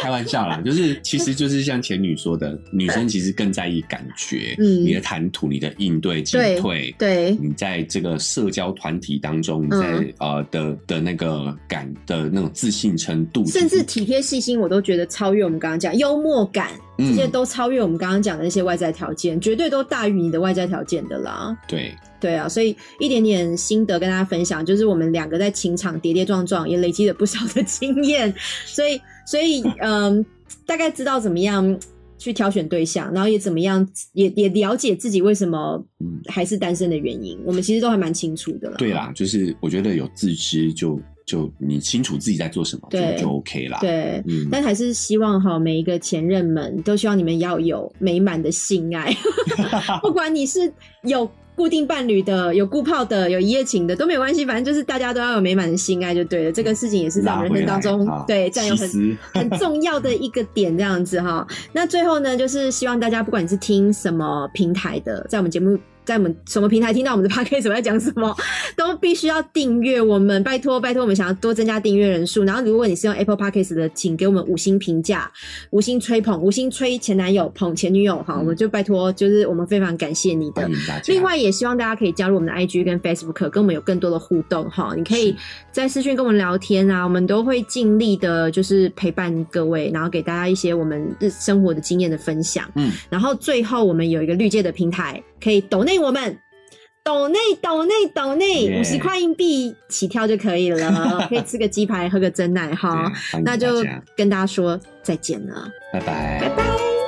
[SPEAKER 2] 开玩笑啦，就是其实就是像前女说的，女生其实更在意感觉，
[SPEAKER 1] 嗯
[SPEAKER 2] 你的谈吐、你的应对进
[SPEAKER 1] 对
[SPEAKER 2] 退，
[SPEAKER 1] 对
[SPEAKER 2] 你在这个社交团体当中，你在、
[SPEAKER 1] 嗯
[SPEAKER 2] 呃的的那个感的那种自信程度，
[SPEAKER 1] 甚至体贴细心，我都觉得超越我们刚刚讲幽默感，
[SPEAKER 2] 嗯
[SPEAKER 1] 这些都超越我们刚刚讲的那些外在条件，绝对都大于你的外在条件的啦。
[SPEAKER 2] 对
[SPEAKER 1] 对啊，所以一点点心得跟大家分享，就是我们两个在情场跌跌撞撞，也累积了不少的经验， 所以所以嗯，大概知道怎么样去挑选对象，然后也怎么样也也了解自己为什么
[SPEAKER 2] 嗯
[SPEAKER 1] 还是单身的原因，我们其实都还蛮清楚的了。
[SPEAKER 2] 对啦，就是我觉得有自知就就你清楚自己在做什么，
[SPEAKER 1] 对
[SPEAKER 2] 就就 OK 啦。，
[SPEAKER 1] 对，
[SPEAKER 2] 嗯，
[SPEAKER 1] 但还是希望哈，每一个前任们都希望你们要有美满的性爱， 不管你是有固定伴侣的、有固炮的、有一夜情的都没有关系，反正就是大家都要有美满的性爱就对了。这个事情也是在我
[SPEAKER 2] 拉
[SPEAKER 1] 们人
[SPEAKER 2] 回
[SPEAKER 1] 生
[SPEAKER 2] 来
[SPEAKER 1] 当中
[SPEAKER 2] 啊
[SPEAKER 1] 对占有
[SPEAKER 2] 其
[SPEAKER 1] 很
[SPEAKER 2] 实
[SPEAKER 1] 很重要的一个点，这样子哈。那最后呢，就是希望大家不管你是听什么平台的，在我们节目。在我们什么平台听到我们的 podcast 我在讲什么，都必须要订阅我们，拜托拜托，我们想要多增加订阅人数。然后，如果你是用 Apple podcast 的，请给我们五星评价，五星吹捧，五星吹前男友捧前女友哈，我们就拜托，就是我们非常嗯感谢啊你的
[SPEAKER 2] 欢。迎大家。
[SPEAKER 1] 另外，也希望大家可以加入我们的 IG 跟 Facebook，跟我们有更多的互动哈。你可以在私讯跟我们聊天啊，我们都会尽力的，就是陪伴各位，然后给大家一些我们日生活的经验的分享。
[SPEAKER 2] 嗯，
[SPEAKER 1] 然后最后我们有一个绿界的平台，可以抖内我们。抖内抖内抖内，
[SPEAKER 2] Yeah
[SPEAKER 1] 五十块硬币起跳就可以了，可以吃个鸡排，喝个真奶
[SPEAKER 2] 对
[SPEAKER 1] 哈
[SPEAKER 2] 啊。欢迎
[SPEAKER 1] 那就
[SPEAKER 2] 大家
[SPEAKER 1] 跟大家说再见了。
[SPEAKER 2] 拜拜。
[SPEAKER 1] 拜拜